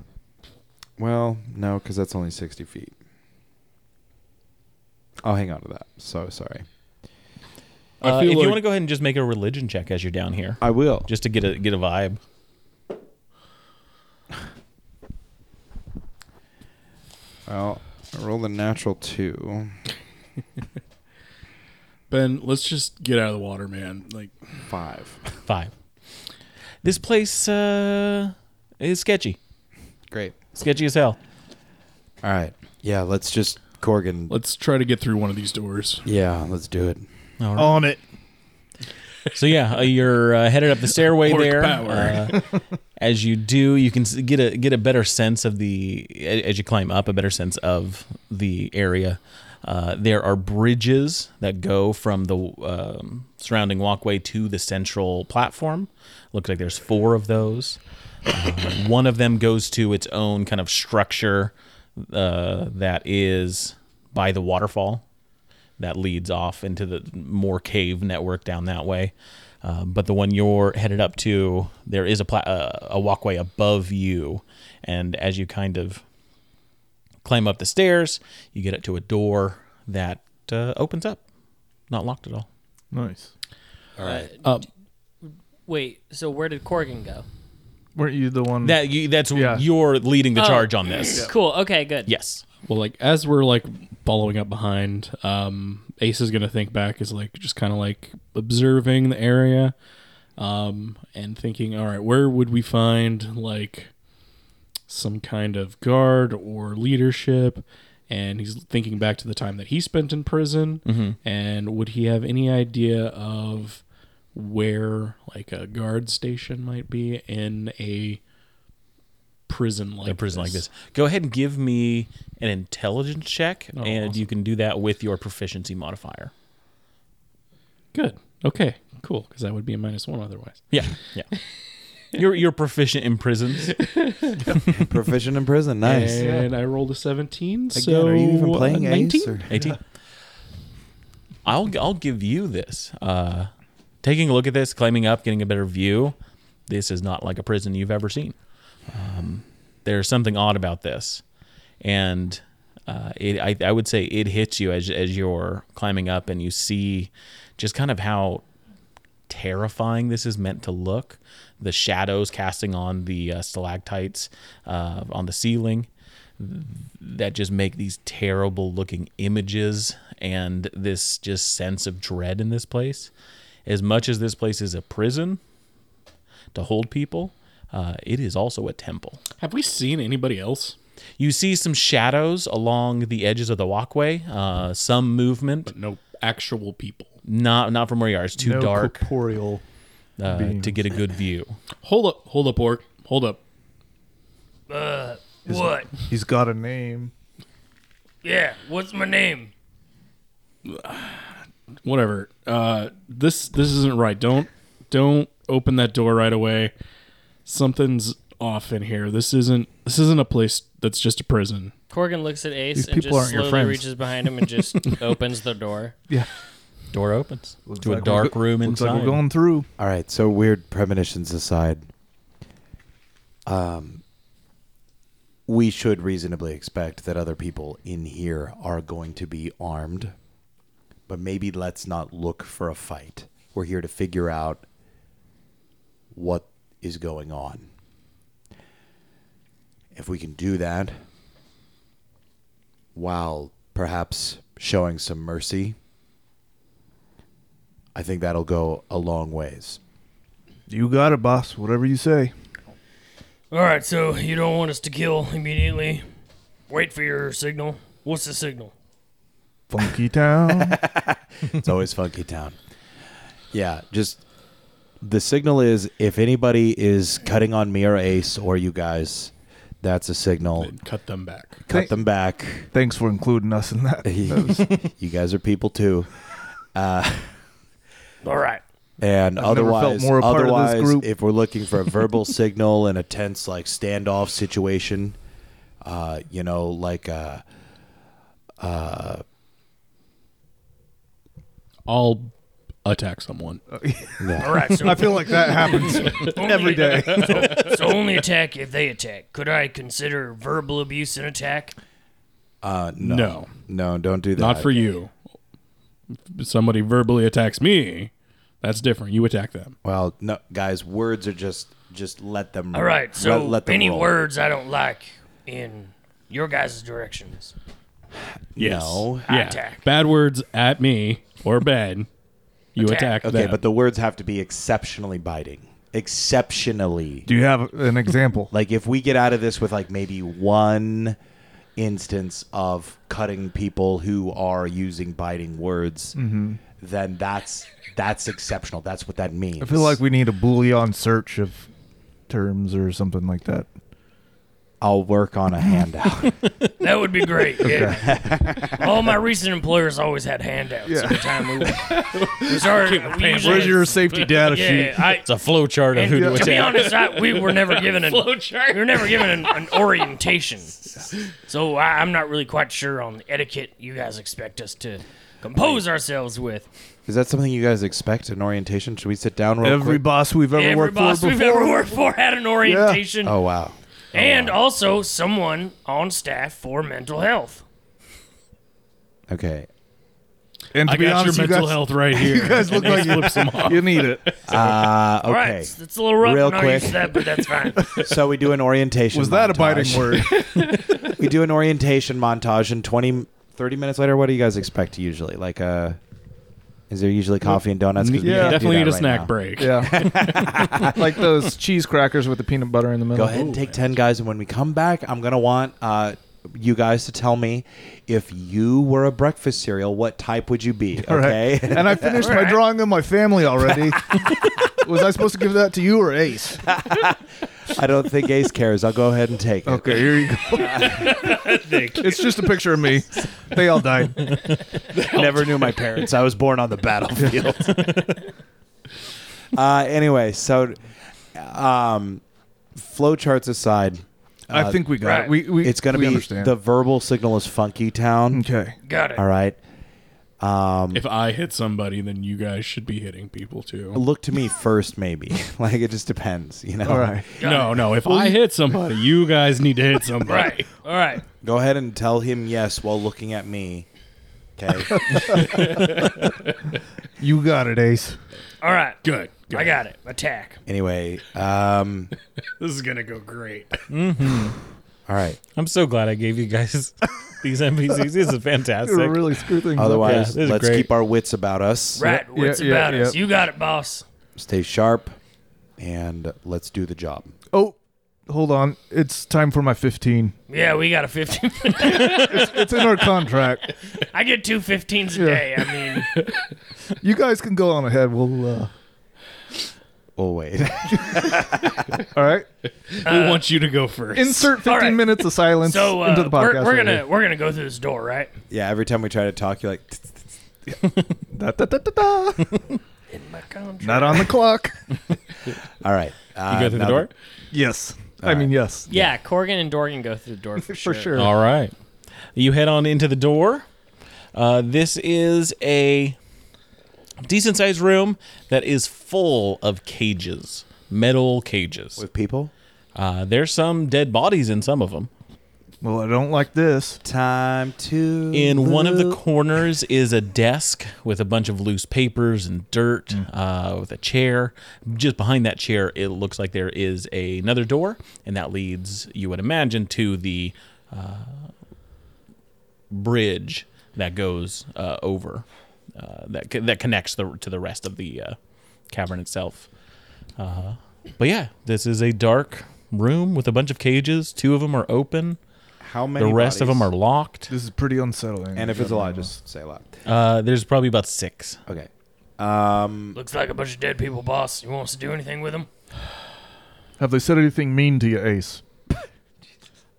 Speaker 2: Well, no, because that's only sixty feet. I'll hang on to that. So sorry.
Speaker 1: Uh,
Speaker 5: I
Speaker 1: if
Speaker 5: feel
Speaker 1: you
Speaker 5: like
Speaker 1: want to go ahead and just make a religion check as you're down here,
Speaker 2: I will.
Speaker 1: just to get a get a vibe.
Speaker 2: Well, I rolled a natural two.
Speaker 5: Ben, let's just get out of the water, man. Like,
Speaker 2: Five.
Speaker 1: Five. This place uh, is sketchy,
Speaker 2: Great.
Speaker 1: sketchy as hell.
Speaker 2: All right. Yeah. Let's just Corgan.
Speaker 5: let's try to get through one of these doors.
Speaker 2: yeah. Let's do it.
Speaker 1: All right.
Speaker 6: On it.
Speaker 1: So yeah, uh, you're uh, headed up the stairway
Speaker 5: Orc
Speaker 1: there.
Speaker 5: power.
Speaker 1: Uh, as you do, you can s- get a get a better sense of the a- as you climb up, a better sense of the area. Uh, there are bridges that go from the um, surrounding walkway to the central platform. Looks like there's four of those. Uh, one of them goes to its own kind of structure uh, that is by the waterfall that leads off into the more cave network down that way. Uh, but the one you're headed up to, there is a pla- uh, a walkway above you, and as you kind of climb up the stairs, you get up to a door that uh, opens up, not locked at all.
Speaker 3: Nice.
Speaker 4: All right.
Speaker 5: Um,
Speaker 4: Wait, so where did Corgan go?
Speaker 3: Weren't you the one?
Speaker 1: That you, that's
Speaker 3: Yeah.
Speaker 1: you're leading the
Speaker 4: Oh.
Speaker 1: charge on this.
Speaker 4: Cool. Okay, good.
Speaker 1: Yes.
Speaker 5: Well, like as we're like following up behind, um, Ace is gonna think back is like just kind of like observing the area, um, and thinking, all right, where would we find like some kind of guard or leadership? And he's thinking back to the time that he spent in prison,
Speaker 1: Mm-hmm.
Speaker 5: and would he have any idea of where like a guard station might be in a prison like
Speaker 1: a prison like this. Go ahead and give me an intelligence check,
Speaker 5: Oh,
Speaker 1: and
Speaker 5: awesome.
Speaker 1: you can do that with your proficiency modifier.
Speaker 5: Good. Okay. Cool. Because that would be a minus one otherwise.
Speaker 1: Yeah, yeah. you're you're proficient in prisons.
Speaker 2: Proficient in prison. Nice.
Speaker 5: And I rolled a seventeen.
Speaker 2: Again,
Speaker 5: so
Speaker 2: are you even playing
Speaker 5: uh,
Speaker 2: Ace?
Speaker 5: 19?
Speaker 2: Or?
Speaker 1: 18. I'll I'll give you this. Uh, taking a look at this, climbing up, getting a better view. This is not like a prison you've ever seen. Um, there's something odd about this, and uh, it, I, I would say it hits you as as you're climbing up, and you see just kind of how terrifying this is meant to look. The shadows casting on the uh, stalactites uh, on the ceiling that just make these terrible looking images and this just sense of dread in this place. As much as this place is a prison to hold people, uh, it is also a temple.
Speaker 5: Have we seen anybody else?
Speaker 1: You see some shadows along the edges of the walkway, uh, some movement,
Speaker 5: No actual people.
Speaker 1: not not from where you are. It's too
Speaker 3: no
Speaker 1: dark
Speaker 3: corporeal.
Speaker 1: uh, to
Speaker 3: beings.
Speaker 1: get a good view.
Speaker 5: Hold up. Hold up, Orc. Hold up.
Speaker 7: What?
Speaker 3: He's got a name.
Speaker 7: Yeah. What's my name?
Speaker 5: Whatever. Uh, this this isn't right. Don't don't open that door right away. Something's off in here. This isn't this isn't a place that's just a prison.
Speaker 4: Corgan looks at Ace
Speaker 3: These
Speaker 4: and
Speaker 3: people
Speaker 4: just
Speaker 3: aren't your
Speaker 4: slowly
Speaker 3: friends.
Speaker 4: reaches behind him and just opens the door.
Speaker 3: Yeah.
Speaker 1: Door opens
Speaker 3: Looks
Speaker 1: to
Speaker 3: like
Speaker 1: a
Speaker 3: we're
Speaker 1: dark
Speaker 3: go-
Speaker 1: room
Speaker 3: Looks like
Speaker 1: inside.
Speaker 3: we're going through.
Speaker 2: All right. So weird premonitions aside, um, we should reasonably expect that other people in here are going to be armed. but maybe let's not look for a fight. We're here to figure out what is going on. If we can do that while perhaps showing some mercy, I think that'll go a long ways.
Speaker 3: You got it, boss. Whatever you say.
Speaker 4: All right, so you don't want us to kill immediately. Wait for your signal. What's the signal?
Speaker 3: Funky Town.
Speaker 2: It's always Funky Town. Yeah, just the signal is if anybody is cutting on me or Ace or you guys, that's a signal.
Speaker 5: Cut them back.
Speaker 2: Cut them back.
Speaker 3: Thanks for including us in that.
Speaker 2: you guys are people too.
Speaker 4: All right.
Speaker 2: And
Speaker 3: I've never felt
Speaker 2: otherwise,
Speaker 3: more a part of this
Speaker 2: otherwise,
Speaker 3: group.
Speaker 2: if we're looking for a verbal signal in a tense, like standoff situation, uh, you know, like uh,
Speaker 5: I'll attack someone.
Speaker 4: All right. So
Speaker 3: I feel like that happens every day.
Speaker 4: so only attack if they attack. Could I consider verbal abuse an attack?
Speaker 2: uh, no,
Speaker 5: No,
Speaker 2: no, don't do that.
Speaker 5: not for you. If somebody verbally attacks me, that's different. You attack them.
Speaker 2: Well, no, guys, words are just just let them.
Speaker 4: All right. So
Speaker 2: let, let them
Speaker 4: any
Speaker 2: roll.
Speaker 4: words I don't like in your guys' directions.
Speaker 5: Yes.
Speaker 2: No.
Speaker 4: I
Speaker 5: Yeah.
Speaker 4: attack.
Speaker 5: Bad words at me or bad. You
Speaker 4: Attack.
Speaker 5: attack,
Speaker 2: Okay,
Speaker 5: them.
Speaker 2: but the words have to be exceptionally biting. Exceptionally.
Speaker 3: Do you have an example?
Speaker 2: Like if we get out of this with like maybe one instance of cutting people who are using biting words,
Speaker 3: Mm-hmm.
Speaker 2: then that's that's exceptional. That's what that means.
Speaker 3: I feel like we need a boolean search of terms or something like that.
Speaker 2: I'll work on a handout.
Speaker 4: That would be great. Yeah. All my recent employers always had handouts every time we were. Sorry, we usually-
Speaker 3: Where's your safety data
Speaker 4: yeah,
Speaker 3: sheet?
Speaker 4: yeah, I,
Speaker 1: It's a flow chart of
Speaker 4: and
Speaker 1: who to
Speaker 4: to be
Speaker 1: attack.
Speaker 4: honest, I, we were never given an we were never given an, an orientation, so I, I'm not really quite sure on the etiquette you guys expect us to compose ourselves with.
Speaker 2: Is that something you guys expect in orientation? Should we sit down real
Speaker 3: Every boss we've ever
Speaker 4: Every
Speaker 3: worked
Speaker 4: boss
Speaker 3: for
Speaker 4: we've
Speaker 3: before.
Speaker 4: ever worked for had an orientation,
Speaker 2: Oh wow.
Speaker 4: and also someone on staff for mental health.
Speaker 2: Okay.
Speaker 3: and to
Speaker 5: I
Speaker 3: be
Speaker 5: got
Speaker 3: honest,
Speaker 5: your
Speaker 3: you
Speaker 5: mental
Speaker 3: guys,
Speaker 5: health right here.
Speaker 3: you guys look like you, you need it.
Speaker 2: Uh,
Speaker 4: All right,
Speaker 2: okay.
Speaker 4: it's, it's a little rough.
Speaker 2: Real
Speaker 4: I'm not
Speaker 2: quick.
Speaker 4: used to that, but that's fine.
Speaker 2: So we do an orientation.
Speaker 3: Was that a
Speaker 2: montage.
Speaker 3: biting word?
Speaker 2: we do an orientation montage and 20 30 minutes later what do you guys expect usually like uh is there usually coffee and donuts 'Cause we
Speaker 3: Yeah.
Speaker 2: can't do
Speaker 5: Definitely
Speaker 2: that
Speaker 5: need a
Speaker 2: right
Speaker 5: snack
Speaker 2: now.
Speaker 5: break.
Speaker 7: Yeah. like those cheese crackers with the peanut butter in the
Speaker 2: go
Speaker 7: middle.
Speaker 2: ahead and take 10 guys and when we come back i'm gonna want uh you guys to tell me if you were a breakfast cereal what type would you be
Speaker 3: All right.
Speaker 2: okay
Speaker 3: And I finished my drawing of my family already. Was I supposed to give that to you or Ace?
Speaker 2: i don't think ace cares i'll go ahead and take it
Speaker 3: Okay, here you go. it's just a picture of me. They all died.
Speaker 2: never knew my parents i was born on the battlefield uh anyway so um flowcharts aside
Speaker 3: I think we got
Speaker 4: right.
Speaker 3: it. We, we,
Speaker 2: it's going to
Speaker 3: we
Speaker 2: be
Speaker 3: understand.
Speaker 2: the verbal signal is funky town.
Speaker 3: okay.
Speaker 4: Got it.
Speaker 2: All right.
Speaker 5: If I hit somebody, then you guys should be hitting people too.
Speaker 2: Look to me first, maybe. like it just depends, you know.
Speaker 3: All right.
Speaker 5: No, no. If I hit somebody, you guys need to hit somebody.
Speaker 4: Right. All right.
Speaker 2: Go ahead and tell him yes while looking at me. Okay.
Speaker 3: You got it, Ace.
Speaker 4: All right.
Speaker 5: Good. good.
Speaker 4: I got it. Attack.
Speaker 2: anyway, um,
Speaker 5: This is gonna go great.
Speaker 2: all right.
Speaker 1: I'm so glad I gave you guys these NPCs. This is fantastic.
Speaker 7: You really screw things up.
Speaker 2: Otherwise,
Speaker 1: Yeah, this is
Speaker 2: let's
Speaker 1: great.
Speaker 2: keep our wits about us.
Speaker 4: Right.
Speaker 7: yeah,
Speaker 4: What's
Speaker 7: yeah,
Speaker 4: about us?
Speaker 7: yeah.
Speaker 4: You got it, boss.
Speaker 2: Stay sharp, and let's do the job.
Speaker 3: Oh, hold on. It's time for my 15.
Speaker 4: Yeah, we got a 15.
Speaker 3: It's in our contract.
Speaker 4: I get two 15s a
Speaker 3: Yeah.
Speaker 4: day. I mean,
Speaker 3: You guys can go on ahead. We'll, uh,
Speaker 2: Oh wait.
Speaker 3: all right.
Speaker 5: we want you to go first.
Speaker 3: Insert 15
Speaker 4: All right.
Speaker 3: minutes of silence
Speaker 4: so uh,
Speaker 3: into the podcast.
Speaker 4: we're, we're
Speaker 3: right
Speaker 4: gonna
Speaker 3: here.
Speaker 4: we're gonna go through this door, right?
Speaker 2: yeah. Every time we try to talk, you're like,
Speaker 3: Da, da, da, da, da.
Speaker 4: In my contract.
Speaker 3: Not on the clock.
Speaker 2: all right. Uh,
Speaker 1: you go through the
Speaker 2: now
Speaker 1: door.
Speaker 3: Yes. I mean, yes.
Speaker 8: Yeah, Corgan and Dorgan go through the door for sure.
Speaker 3: For sure.
Speaker 1: All right. You head on into the door. Uh, this is a decent sized room that is full of cages, metal cages.
Speaker 2: With people.
Speaker 1: Uh, there's some dead bodies in some of them.
Speaker 3: Well, I don't like this.
Speaker 2: Time to
Speaker 1: In one of the
Speaker 2: look.
Speaker 1: corners is a desk with a bunch of loose papers and dirt,
Speaker 2: Mm.
Speaker 1: uh, with a chair. Just behind that chair, it looks like there is a, another door, and that leads, you would imagine, to the uh, bridge that goes uh, over, uh, that co- that connects the, to the rest of the uh, cavern itself. Uh, but yeah, this is a dark room with a bunch of cages. Two of them are open.
Speaker 2: how
Speaker 1: The
Speaker 2: many?
Speaker 1: rest of
Speaker 2: bodies?
Speaker 1: them are locked.
Speaker 3: This is pretty unsettling.
Speaker 2: And if it's a lot, just say a lot.
Speaker 1: Uh, there's probably about six.
Speaker 2: Okay. Um,
Speaker 7: Looks like a bunch of dead people, boss. You want us to do anything with them?
Speaker 3: have they said anything mean to you, Ace?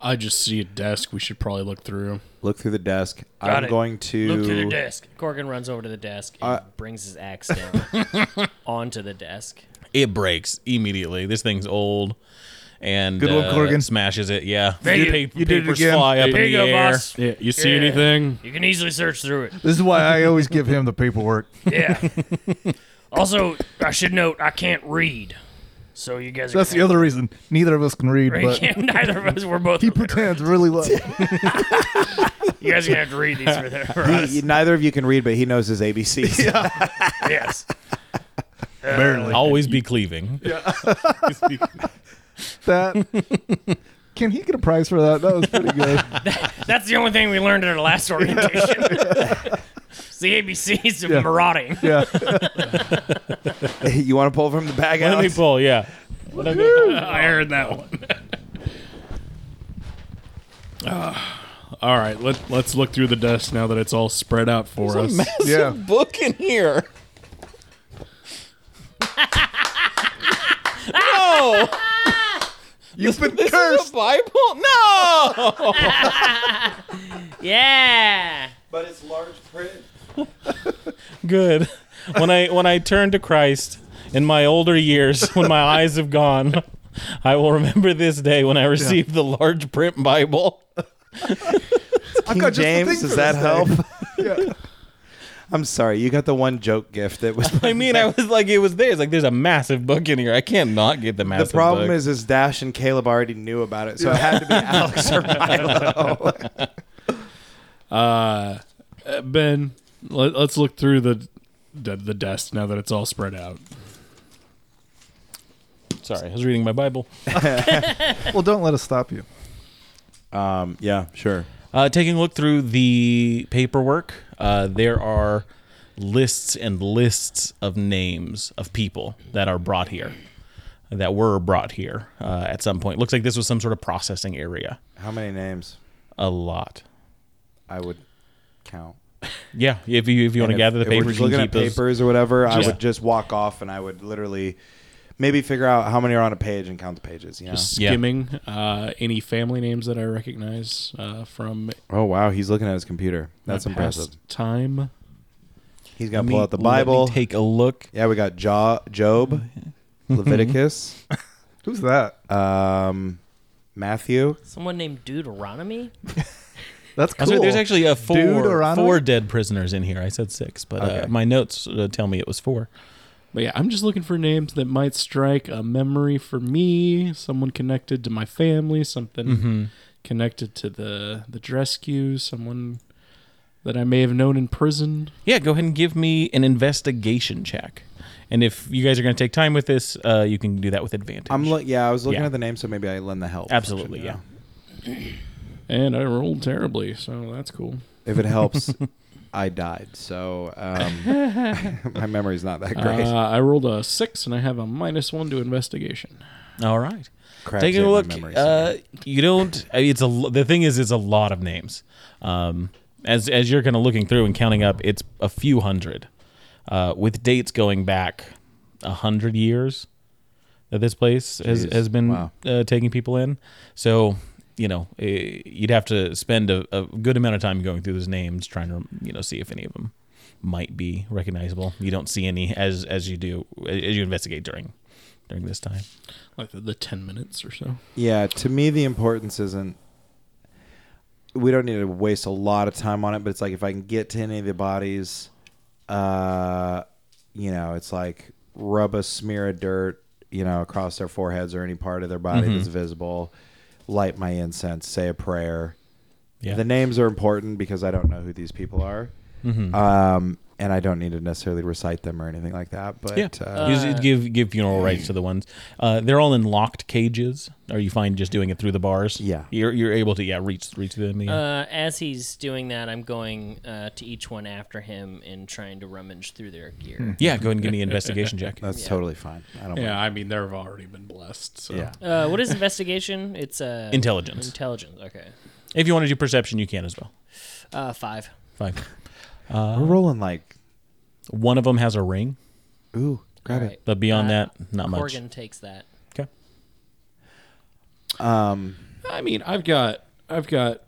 Speaker 5: I just see a desk we should probably look through.
Speaker 2: look through the desk.
Speaker 7: Got
Speaker 2: I'm
Speaker 7: it.
Speaker 2: going to
Speaker 7: Look to the desk.
Speaker 4: Corgan runs over to the desk and
Speaker 2: Uh,
Speaker 4: brings his axe down onto the desk.
Speaker 1: It breaks immediately. This thing's old, and
Speaker 3: Good old
Speaker 1: uh,
Speaker 3: Corgan.
Speaker 1: smashes it. Yeah,
Speaker 7: There
Speaker 1: The
Speaker 7: you-
Speaker 1: pa-
Speaker 3: you did it
Speaker 1: papers
Speaker 3: again.
Speaker 1: fly up in
Speaker 7: There
Speaker 1: the
Speaker 7: you go,
Speaker 1: air.
Speaker 7: boss.
Speaker 5: Yeah, you see
Speaker 7: Yeah.
Speaker 5: anything?
Speaker 7: You can easily search through it.
Speaker 3: This is why I always give him the paperwork.
Speaker 7: Yeah. also, I should note I can't read, so you guys.
Speaker 3: That's the other reason. Neither of us can read,
Speaker 7: Right,
Speaker 3: but
Speaker 7: can't- neither of us. We're both.
Speaker 3: he
Speaker 7: illiterate.
Speaker 3: pretends really well.
Speaker 7: You guys are gonna have to read these for, the, for
Speaker 2: He-
Speaker 7: us.
Speaker 2: neither of you can read, but he knows his ABCs.
Speaker 7: Yes.
Speaker 3: Barely.
Speaker 1: Always be cleaving.
Speaker 3: that. Can he get a prize for that? That was pretty good.
Speaker 7: That's the only thing we learned in our last orientation. it's the ABCs of
Speaker 3: Yeah.
Speaker 7: marauding.
Speaker 3: Yeah.
Speaker 2: you want to pull from the bag,
Speaker 1: Let me
Speaker 2: Alex?
Speaker 1: pull. Yeah,
Speaker 5: I
Speaker 2: Oh,
Speaker 5: heard that one. Ah, all right, let let's look through the desk now that it's all spread out for us.
Speaker 3: Yeah.
Speaker 1: book in here. no,
Speaker 3: You've been cursed.
Speaker 1: Bible. No.
Speaker 4: Yeah.
Speaker 2: But it's large print.
Speaker 1: Good. When I when I turn to Christ in my older years, when my eyes have gone, I will remember this day when I received the large print Bible.
Speaker 3: I've got just the
Speaker 2: James,
Speaker 3: thing
Speaker 2: does
Speaker 3: for
Speaker 2: that
Speaker 3: this
Speaker 2: help?
Speaker 3: thing.
Speaker 2: I'm sorry, you got the one joke gift that was.
Speaker 1: I mean, I was like, it was there. It's like, there's a massive book in here. I can't not get the
Speaker 2: the
Speaker 1: massive.
Speaker 2: problem
Speaker 1: book.
Speaker 2: is, is Dash and Caleb already knew about it, so it had to be Alex or Milo.
Speaker 5: Uh, uh, ben, let, let's look through the, the the desk now that it's all spread out.
Speaker 2: Oh,
Speaker 1: sorry, I was reading my Bible.
Speaker 3: Well, don't let us stop you.
Speaker 2: um, yeah, sure.
Speaker 1: Uh, taking a look through the paperwork, uh, there are lists and lists of names of people that are brought here, that were brought here uh, at some point. Looks like this was some sort of processing area.
Speaker 2: How many names?
Speaker 1: A lot.
Speaker 2: I would count.
Speaker 1: Yeah, if you if you want to
Speaker 2: And
Speaker 1: gather the
Speaker 2: if- if we're
Speaker 1: papers,
Speaker 2: just
Speaker 1: you
Speaker 2: looking
Speaker 1: can
Speaker 2: at
Speaker 1: keep those.
Speaker 2: papers or whatever, I
Speaker 1: Yeah.
Speaker 2: would just walk off and I would literally maybe figure out how many are on a page and count the pages. You know?
Speaker 5: Just
Speaker 1: Yeah.
Speaker 5: skimming uh, any family names that I recognize uh, from
Speaker 2: oh wow, he's looking at his computer. That's
Speaker 5: my past
Speaker 2: impressive.
Speaker 5: time.
Speaker 2: He's
Speaker 1: Let
Speaker 2: gonna
Speaker 1: me-
Speaker 2: pull out the
Speaker 1: let me
Speaker 2: Bible.
Speaker 1: Take Oh, a look.
Speaker 2: yeah, we got jo- Job, Leviticus,
Speaker 3: Who's that?
Speaker 2: um, Matthew.
Speaker 4: Someone named Deuteronomy?
Speaker 3: That's
Speaker 1: Uh,
Speaker 3: cool.
Speaker 1: so there's actually uh, four
Speaker 3: Deuteronomy?
Speaker 1: four dead prisoners in here. I said six, but
Speaker 2: Okay.
Speaker 1: uh, my notes uh, tell me it was four.
Speaker 5: But yeah, I'm just looking for names that might strike a memory for me, someone connected to my family, something
Speaker 2: Mm-hmm.
Speaker 1: Mm-hmm.
Speaker 5: connected to the the rescue, someone that I may have known in prison.
Speaker 1: Yeah, go ahead and give me an investigation check. And if you guys are going to take time with this, uh, you can do that with advantage.
Speaker 2: I'm look. Yeah, I was looking
Speaker 1: Yeah.
Speaker 2: at the name, so maybe I lend the help.
Speaker 1: Absolutely,
Speaker 2: function,
Speaker 5: And I rolled terribly, so that's cool.
Speaker 2: yeah. If it helps, I died, so um, my memory's not that great.
Speaker 5: Uh, I rolled a six, and I have a minus one to investigation.
Speaker 1: All right.
Speaker 2: Crabs
Speaker 1: Taking
Speaker 2: ate
Speaker 1: a
Speaker 2: my
Speaker 1: look,
Speaker 2: memory,
Speaker 1: uh,
Speaker 2: sorry.
Speaker 1: you don't. I mean, It's a. lo- The thing is, it's a lot of names. Um, as as you're kind of looking through and counting up, it's a few hundred, uh, with dates going back a hundred years that this place has
Speaker 2: Jeez,
Speaker 1: has been
Speaker 2: wow.
Speaker 1: uh, taking people in. So you know, eh, you'd have to spend a, a good amount of time going through those names, trying to you know see if any of them might be recognizable. You don't see any as as you do as you investigate during during this time.
Speaker 5: Like the, the ten minutes or so.
Speaker 2: Yeah, to me the importance isn't. We don't need to waste a lot of time on it, but it's like if I can get to any of the bodies, uh, you know, it's like rub a smear of dirt, you know, across their foreheads or any part of their body that's visible. light my incense, say a prayer.
Speaker 1: Yeah.
Speaker 2: The names are important because I don't know who these people are. Um, and I don't need to necessarily recite them or anything like that. But
Speaker 1: yeah,
Speaker 2: uh,
Speaker 1: You just give give funeral rites to the ones. Uh, they're all in locked cages. Are you fine just doing it through the bars?
Speaker 2: Yeah.
Speaker 1: you're you're able to yeah reach reach them. Yeah.
Speaker 4: Uh, as he's doing that, I'm going uh, to each one after him and trying to rummage through their gear.
Speaker 1: yeah, go ahead and give me an investigation check.
Speaker 2: that's totally fine. I don't. mind.
Speaker 5: Yeah, I mean they've already been blessed. So.
Speaker 2: Oh, Yeah.
Speaker 4: Uh, what is investigation? It's uh,
Speaker 1: Intelligence.
Speaker 4: Intelligence. Okay.
Speaker 1: If you want to do perception, you can as well.
Speaker 4: Uh, five.
Speaker 1: Fine.
Speaker 2: We're rolling like
Speaker 1: One of them has a ring,
Speaker 2: ooh, grab
Speaker 4: All right.
Speaker 1: but beyond
Speaker 4: Uh,
Speaker 1: that, not much.
Speaker 4: Corgan takes that.
Speaker 1: Okay.
Speaker 2: it. Um,
Speaker 5: I mean I've got I've got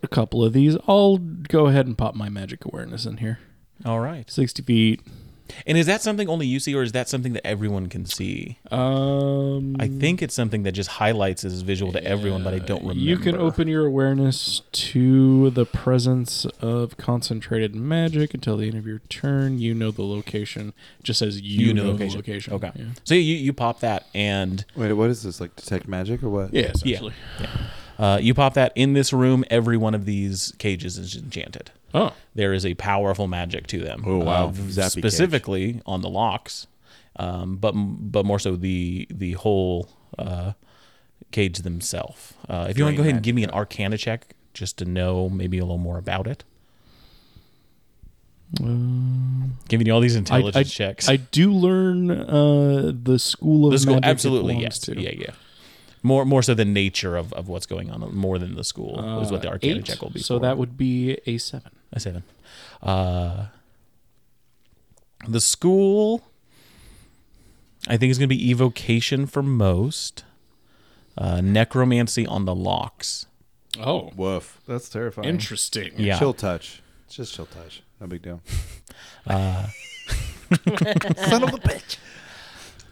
Speaker 5: a couple of these. I'll go ahead and pop my magic awareness in here.
Speaker 1: All right.
Speaker 5: Sixty feet.
Speaker 1: And is that something only you see, or is that something that everyone can see?
Speaker 5: Um,
Speaker 1: I think it's something that just highlights as visual to everyone, but I don't remember.
Speaker 5: You can open your awareness to the presence of concentrated magic until the end of your turn. You know the location. It just says you, know, the location.
Speaker 1: Okay.
Speaker 5: Yeah.
Speaker 1: So you you pop that and
Speaker 2: wait, what is this like? Detect magic or what?
Speaker 5: Yeah, essentially.
Speaker 1: Uh, you pop that in this room. Every one of these cages is enchanted.
Speaker 5: Oh,
Speaker 1: There is a powerful magic to them.
Speaker 2: Oh, wow.
Speaker 1: Uh,
Speaker 2: Zappy
Speaker 1: specifically on the locks, um, but but more so the the whole uh, cage themselves. Uh, if you want to go ahead and give me an Arcana check, just to know maybe a little more about it. Giving you all these intelligence
Speaker 5: Um, I, I,
Speaker 1: checks.
Speaker 5: I do learn uh, the school of
Speaker 1: the school,
Speaker 5: magic it
Speaker 1: absolutely, yes,
Speaker 5: belongs to.
Speaker 1: yeah, yeah. More more so the nature of, of what's going on, more than the school is what the
Speaker 5: Uh,
Speaker 1: Arcana
Speaker 5: eight,
Speaker 1: check will be.
Speaker 5: So
Speaker 1: for.
Speaker 5: that would be a seven.
Speaker 1: A seven. Uh, the school, I think, is going to be evocation for most, uh, necromancy on the locks.
Speaker 5: Oh,
Speaker 2: Woof.
Speaker 3: That's terrifying.
Speaker 5: interesting.
Speaker 1: Yeah.
Speaker 2: Chill touch. It's just chill touch. No big deal.
Speaker 6: Son of a bitch.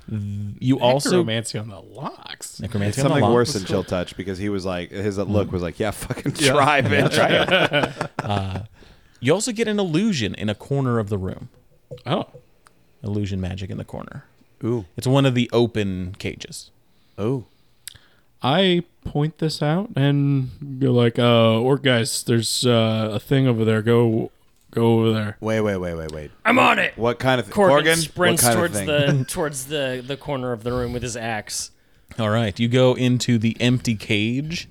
Speaker 1: You also
Speaker 5: Necromancy on the locks.
Speaker 1: necromancy on the
Speaker 2: Something
Speaker 1: locks.
Speaker 2: worse than chill touch because he was like his look was like, Mm. yeah, fucking try, bitch.
Speaker 1: You also get an illusion in a corner of the room.
Speaker 5: Oh,
Speaker 1: Illusion magic in the corner.
Speaker 2: Ooh,
Speaker 1: It's one of the open cages.
Speaker 2: oh,
Speaker 5: I point this out and you're like, uh, orc guys, there's uh, a thing over there. Go, go over there.
Speaker 2: wait, wait, wait, wait, wait.
Speaker 7: I'm on it.
Speaker 2: What kind of thing?
Speaker 4: Corgan,
Speaker 2: Corgan?
Speaker 4: sprints
Speaker 2: what kind
Speaker 4: towards
Speaker 2: of thing?
Speaker 4: the towards the the corner of the room with his axe.
Speaker 1: All right, you go into the empty cage.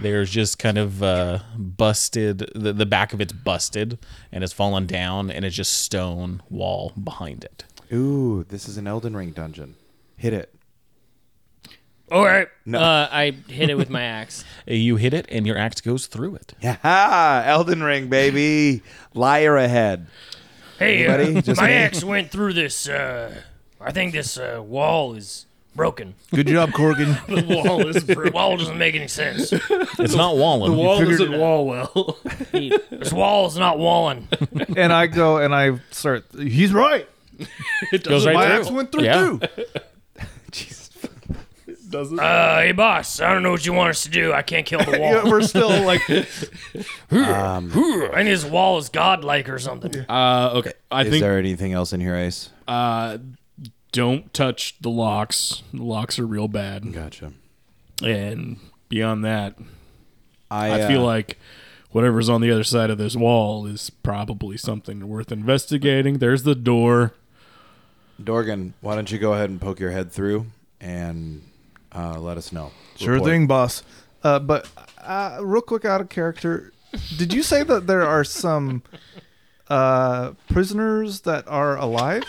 Speaker 1: There's just kind of uh, busted. The, the back of it's busted and it's fallen down, and it's just stone wall behind it.
Speaker 2: Ooh, this is an Elden Ring dungeon. Hit it.
Speaker 4: All right.
Speaker 2: No.
Speaker 4: Uh, I hit it with my axe.
Speaker 1: Eh, You hit it, and your axe goes through it.
Speaker 2: Yeah, Elden Ring, baby. Liar ahead.
Speaker 7: Hey, uh,
Speaker 2: Anybody? Just
Speaker 7: my
Speaker 2: me?
Speaker 7: axe went through this. Uh, I think this uh, wall is broken.
Speaker 6: Good job, Corgan.
Speaker 7: The wall is broken. wall doesn't make any sense.
Speaker 1: It's not walling.
Speaker 5: doesn't wall well.
Speaker 7: This wall is not walling.
Speaker 3: and I go and I start. He's right.
Speaker 5: it
Speaker 1: goes right
Speaker 5: doesn't wall-
Speaker 1: through.
Speaker 6: Axe went through
Speaker 1: Yeah.
Speaker 6: too.
Speaker 2: Jesus.
Speaker 5: doesn't-
Speaker 7: Uh, hey, boss, I don't know what you want us to do. I can't kill the wall.
Speaker 6: We're still like
Speaker 7: I think this wall is godlike or something.
Speaker 5: Uh, okay. I
Speaker 2: Is
Speaker 5: think
Speaker 2: there anything else in here, Ace?
Speaker 5: uh, don't touch the locks. The locks are real bad.
Speaker 2: Gotcha.
Speaker 5: And beyond that,
Speaker 2: I,
Speaker 5: I feel
Speaker 2: uh,
Speaker 5: like whatever's on the other side of this wall is probably something worth investigating. There's the door.
Speaker 2: Dorgan, why don't you go ahead and poke your head through and uh, let us know.
Speaker 6: sure
Speaker 2: Report.
Speaker 6: thing, boss. Uh, but uh, real quick, out of character, did you say that there are some uh, prisoners that are alive?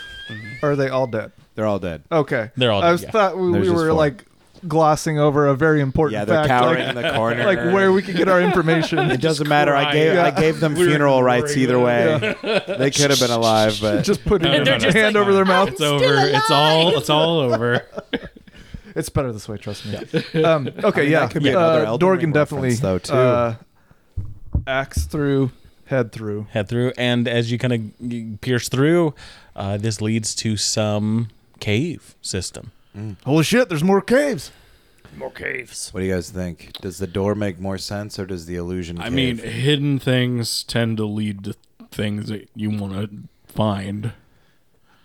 Speaker 6: Or are they all dead?
Speaker 2: They're all dead.
Speaker 6: Okay,
Speaker 1: They're all
Speaker 6: I
Speaker 1: dead,
Speaker 6: was
Speaker 1: yeah.
Speaker 6: thought we,
Speaker 2: There's
Speaker 6: we
Speaker 2: just
Speaker 6: were
Speaker 2: four.
Speaker 6: like glossing over a very important
Speaker 2: Yeah, they're
Speaker 6: fact,
Speaker 2: cowering
Speaker 6: like,
Speaker 2: in the corner.
Speaker 6: like where we could get our information.
Speaker 2: It doesn't matter. I gave I
Speaker 6: Yeah.
Speaker 2: gave them funeral rights either way. They could have been alive, but
Speaker 6: just putting
Speaker 5: And they're
Speaker 6: a
Speaker 5: just
Speaker 6: hand over their mouth.
Speaker 5: It's over. It's all. It's all over.
Speaker 6: It's better this way, trust me. Um, okay, yeah.
Speaker 2: could be another
Speaker 6: uh,
Speaker 2: Elden Ring
Speaker 6: Dorgan definitely
Speaker 2: reference, though, too.
Speaker 6: Uh, axe through, head through.
Speaker 1: head through, and as you kind of pierce through, uh, this leads to some cave system.
Speaker 6: Holy shit! There's more caves.
Speaker 7: More caves.
Speaker 2: What do you guys think? Does the door make more sense, or does the illusion?
Speaker 5: I
Speaker 2: cave?
Speaker 5: mean, hidden things tend to lead to things that you want to find.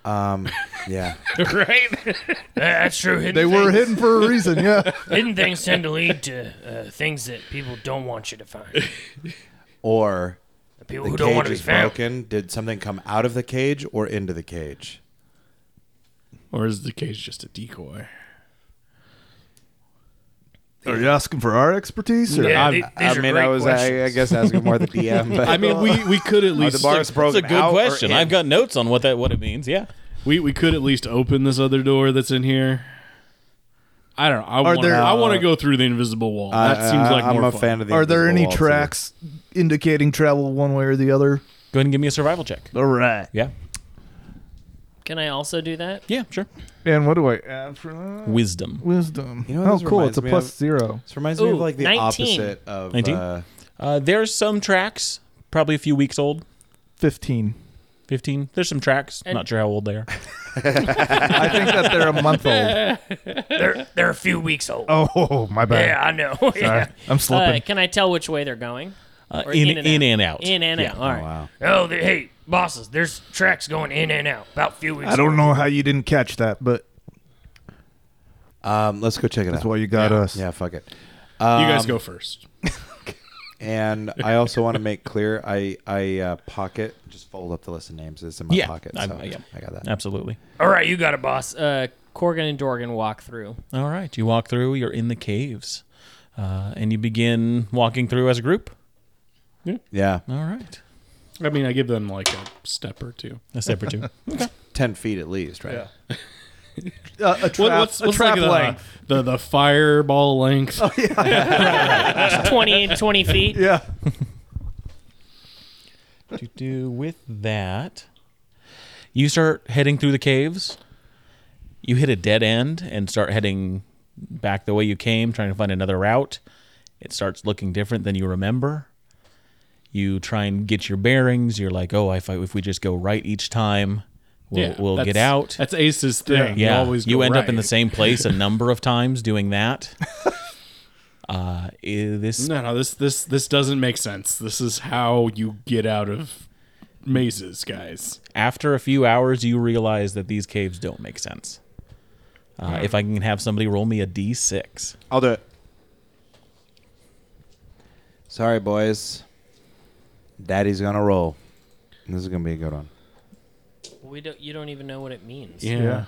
Speaker 2: um, Yeah.
Speaker 7: right? uh, That's true. Hidden
Speaker 3: They were
Speaker 7: things-
Speaker 3: hidden for a reason, yeah.
Speaker 7: Hidden things tend to lead to uh, things that people don't want you to find.
Speaker 2: Or
Speaker 7: The people
Speaker 2: the
Speaker 7: who don't want
Speaker 2: cage is
Speaker 7: to be found.
Speaker 2: broken. Did something come out of the cage or into the cage?
Speaker 5: Or is the cage just a decoy?
Speaker 3: Are you asking for our expertise? Or?
Speaker 7: Yeah,
Speaker 2: I'm-
Speaker 7: the- these
Speaker 2: I
Speaker 7: are
Speaker 2: mean, I
Speaker 7: great
Speaker 2: was, I, I
Speaker 7: questions.
Speaker 2: guess, asking more the DM. But
Speaker 5: I mean, we, we could at
Speaker 2: are
Speaker 5: least
Speaker 2: the bars
Speaker 1: That's
Speaker 2: broken
Speaker 1: a good
Speaker 2: out or
Speaker 1: question.
Speaker 2: in?
Speaker 1: I've got notes on what that what it means. Yeah.
Speaker 5: we we could at least open this other door that's in here. I don't know. I want
Speaker 3: there-
Speaker 5: I want to go through the invisible wall.
Speaker 2: I-
Speaker 5: that seems
Speaker 2: I-
Speaker 5: like
Speaker 2: I'm
Speaker 5: more
Speaker 2: a
Speaker 5: fun.
Speaker 2: fan of the.
Speaker 3: Are
Speaker 2: invisible
Speaker 3: there any
Speaker 2: wall, too.
Speaker 3: tracks indicating travel one way or the other?
Speaker 1: Go ahead and give me a survival check.
Speaker 3: All right.
Speaker 1: Yeah.
Speaker 4: Can I also do that?
Speaker 1: Yeah, sure.
Speaker 3: And what do I add for that?
Speaker 1: Wisdom.
Speaker 3: Wisdom.
Speaker 2: You know what
Speaker 3: oh,
Speaker 2: this
Speaker 3: cool. It's a
Speaker 2: reminds me
Speaker 3: plus
Speaker 2: of?
Speaker 3: zero.
Speaker 2: This reminds me of
Speaker 4: Ooh,
Speaker 2: like the
Speaker 4: 19.
Speaker 2: opposite of.
Speaker 1: 19?
Speaker 2: Uh,
Speaker 1: Uh, there's some tracks, probably a few weeks old,
Speaker 3: 15.
Speaker 1: 15. There's some tracks.
Speaker 4: And-
Speaker 1: Not sure how old they are.
Speaker 3: I think that they're a month old.
Speaker 7: They're, they're a few weeks old.
Speaker 3: Oh, my bad.
Speaker 7: yeah, I know. yeah.
Speaker 3: Sorry. I'm
Speaker 4: Uh,
Speaker 3: slipping.
Speaker 4: can I tell which way they're going?
Speaker 1: Uh,
Speaker 4: Or
Speaker 1: in,
Speaker 4: in
Speaker 1: in,
Speaker 4: and
Speaker 1: and
Speaker 4: out.
Speaker 1: out.
Speaker 4: In and out. All
Speaker 2: oh,
Speaker 4: right.
Speaker 2: wow.
Speaker 7: Oh, the, hey, bosses, there's tracks going in and out. About a few weeks
Speaker 3: I don't
Speaker 7: old.
Speaker 3: know how you didn't catch that, but
Speaker 2: Um, let's go check it
Speaker 3: that's
Speaker 2: out.
Speaker 3: why you got us.
Speaker 2: Yeah, fuck it.
Speaker 5: you guys go first.
Speaker 2: And I also want to make clear, I I uh, pocket just fold up the list of names. It's in my
Speaker 1: Yeah,
Speaker 2: pocket.
Speaker 1: I-
Speaker 2: so
Speaker 1: yeah.
Speaker 2: I got that.
Speaker 1: Absolutely.
Speaker 7: All right, you got it, boss.
Speaker 4: Uh, Corgan and Dorgan walk through.
Speaker 1: All right. You walk through, you're in the caves, uh, and you begin walking through as a group.
Speaker 2: Yeah,
Speaker 1: All right.
Speaker 5: I mean, I give them like a step or two.
Speaker 1: A step or two.
Speaker 2: ten feet at least, right? Yeah.
Speaker 3: Uh, a trap,
Speaker 5: What, what's
Speaker 3: a
Speaker 5: what's
Speaker 3: trap
Speaker 5: like the,
Speaker 3: length.
Speaker 5: the the fireball length?
Speaker 4: 20, 20 feet.
Speaker 3: Yeah.
Speaker 1: do, do with that you start heading through the caves you hit a dead end and start heading back the way you came trying to find another route it starts looking different than you remember you try and get your bearings you're like oh if, I, if we just go right each time we'll,
Speaker 5: Yeah,
Speaker 1: we'll get
Speaker 5: that's-
Speaker 1: out
Speaker 5: That's Ace's thing.
Speaker 1: yeah,
Speaker 5: You always
Speaker 1: you
Speaker 5: go
Speaker 1: end up in the
Speaker 5: right.
Speaker 1: same place a number of times doing that uh, i- this
Speaker 5: No, no, this this this doesn't make sense. This is how you get out of mazes, guys.
Speaker 1: after a few hours, you realize that these caves don't make sense. Uh, if I can have somebody roll me a d6,
Speaker 2: I'll do it. Sorry, boys. Daddy's gonna roll. This is gonna be a good one.
Speaker 4: We don't. You don't even know what it means.
Speaker 3: Yeah.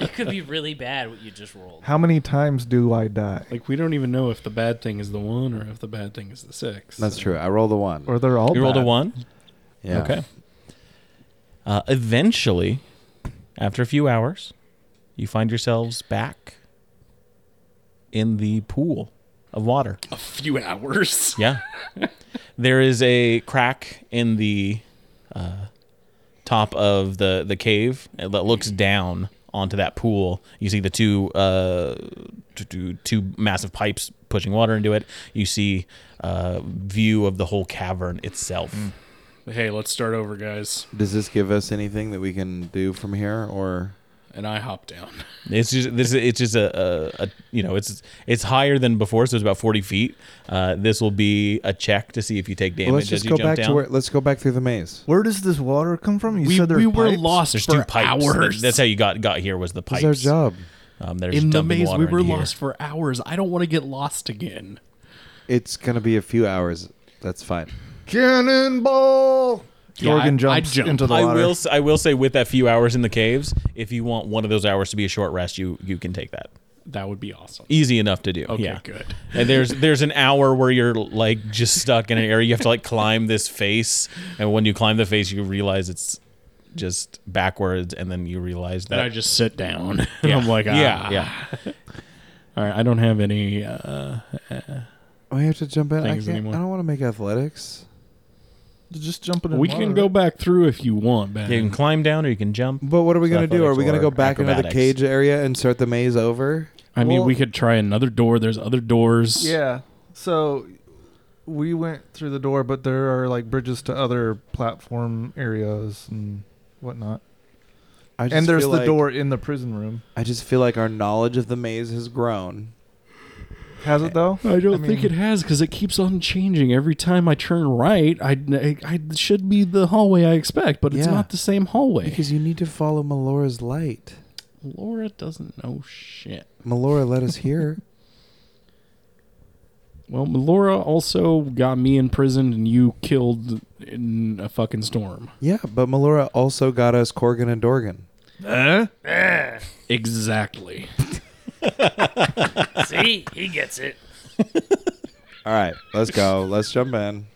Speaker 4: It could be really bad what you just rolled.
Speaker 3: How many times do I die?
Speaker 5: Like we don't even know if the bad thing is the one or if the bad thing is the six.
Speaker 2: That's true. I rolled a one.
Speaker 3: Or they're all
Speaker 1: you rolled a
Speaker 3: bad.
Speaker 1: one.
Speaker 2: yeah.
Speaker 1: Okay. Uh, eventually, after a few hours, you find yourselves back in the pool of water.
Speaker 5: a few hours.
Speaker 1: Yeah. there is a crack in the uh, top of the, the cave that looks down onto that pool. You see the two uh, t- two, two massive pipes pushing water into it. You see uh, view of the whole cavern itself.
Speaker 5: Mm. Hey, let's start over, guys.
Speaker 2: Does this give us anything that we can do from here, or
Speaker 5: And I hop down.
Speaker 1: It's just this. It's just a, a, a you know it's it's higher than before, so it's about forty feet. Uh, this will be a check to see if you take damage.
Speaker 2: Well, let's
Speaker 1: as
Speaker 2: just
Speaker 1: you
Speaker 2: go
Speaker 1: jump
Speaker 2: back
Speaker 1: down.
Speaker 2: to where? Let's go back through the maze.
Speaker 3: Where does this water come from? You
Speaker 5: we
Speaker 3: said there's
Speaker 5: we were
Speaker 3: pipes?
Speaker 5: lost
Speaker 1: There's
Speaker 5: for
Speaker 1: two pipes.
Speaker 5: hours.
Speaker 1: That's how you got got here was the
Speaker 2: This
Speaker 1: pipes.
Speaker 2: is our job.
Speaker 1: Um, there's
Speaker 5: in the
Speaker 1: dumping
Speaker 5: maze,
Speaker 1: water
Speaker 5: we were
Speaker 1: into here.
Speaker 5: lost for hours. I don't want to get lost again.
Speaker 2: It's gonna be a few hours. That's fine.
Speaker 3: Cannonball!
Speaker 5: Yeah,
Speaker 3: Jorgen
Speaker 5: I- I
Speaker 3: jumps
Speaker 5: jump.
Speaker 3: into the
Speaker 1: I
Speaker 3: water.
Speaker 1: will. s- I will say, with that few hours in the caves, if you want one of those hours to be a short rest, you you can take that.
Speaker 5: That would be awesome.
Speaker 1: Easy enough to do.
Speaker 5: Okay,
Speaker 1: yeah.
Speaker 5: good.
Speaker 1: And there's there's an hour where you're like just stuck in an area. You have to like climb this face, and when you climb the face, you realize it's just backwards, and then you realize
Speaker 5: And I
Speaker 1: that.
Speaker 5: just sit down. And I'm like,
Speaker 1: yeah,
Speaker 5: ah.
Speaker 1: yeah.
Speaker 5: All right, I don't have any. Uh,
Speaker 2: I have to jump in. I,
Speaker 5: Things
Speaker 2: can't,
Speaker 5: anymore.
Speaker 2: I don't want to make athletics.
Speaker 3: Just jumping in
Speaker 5: we
Speaker 3: water.
Speaker 5: can go back through if you want, Ben.
Speaker 1: You can climb down or you can jump.
Speaker 2: But what are we going to do? Are
Speaker 1: Athletics
Speaker 2: we going to
Speaker 1: or
Speaker 2: go back into the
Speaker 1: acrobatics.
Speaker 2: cage area and start the maze over?
Speaker 5: I mean,
Speaker 3: Well-
Speaker 5: we could try another door. There's other doors.
Speaker 3: Yeah. So we went through the door, but there are like bridges to other platform areas and whatnot.
Speaker 2: I just
Speaker 3: And there's the
Speaker 2: feel like-
Speaker 3: door in the prison room.
Speaker 2: I just feel like our knowledge of the maze has grown.
Speaker 6: Has it though?
Speaker 5: I don't think
Speaker 6: mean-
Speaker 5: it has because it keeps on changing. Every time I turn right, I, I, I should be the hallway I expect, but it's
Speaker 2: Yeah.
Speaker 5: not the same hallway.
Speaker 2: Because you need to follow Melora's light.
Speaker 5: Laura doesn't know shit.
Speaker 2: Melora let us hear.
Speaker 5: Well, Laura also got me imprisoned and you killed in a fucking storm.
Speaker 2: yeah, but Melora also got us Corgan and Dorgan.
Speaker 5: Eh. Exactly.
Speaker 7: See, he gets it.
Speaker 2: All right, let's go. Let's jump in.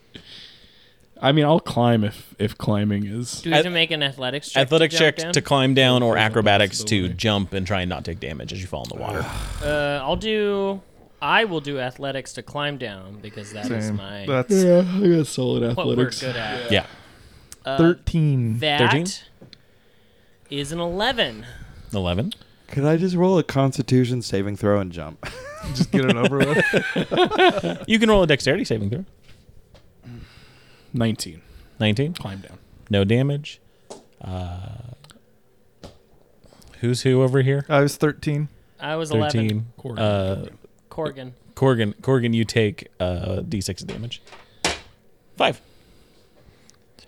Speaker 5: I mean, I'll climb if if climbing is.
Speaker 4: Do we have to make an athletics check?
Speaker 1: Athletic
Speaker 4: to
Speaker 1: check
Speaker 4: jump down?
Speaker 1: to climb down or acrobatics to
Speaker 5: possibility.
Speaker 1: jump and try and not take damage as you fall in the water.
Speaker 4: Uh, I'll do. I will do athletics to climb down because that is
Speaker 6: Same.
Speaker 4: my
Speaker 6: That's
Speaker 5: Yeah, I got solid
Speaker 4: what
Speaker 5: athletics.
Speaker 4: we're good at.
Speaker 1: yeah.
Speaker 4: Uh,
Speaker 6: thirteen.
Speaker 4: that
Speaker 1: 13?
Speaker 4: is an eleven.
Speaker 1: 11.
Speaker 2: Could I just roll a Constitution saving throw and jump?
Speaker 6: Just get it over with.
Speaker 1: You can roll a dexterity saving throw.
Speaker 5: Nineteen.
Speaker 1: 19.
Speaker 5: Climb down.
Speaker 1: No damage. Uh, who's who over here?
Speaker 6: I was thirteen.
Speaker 4: I was eleven.
Speaker 1: 13.
Speaker 5: Corgan.
Speaker 1: Uh,
Speaker 4: Corgan.
Speaker 1: Corgan, Corgan, you take uh, d6 damage. Five.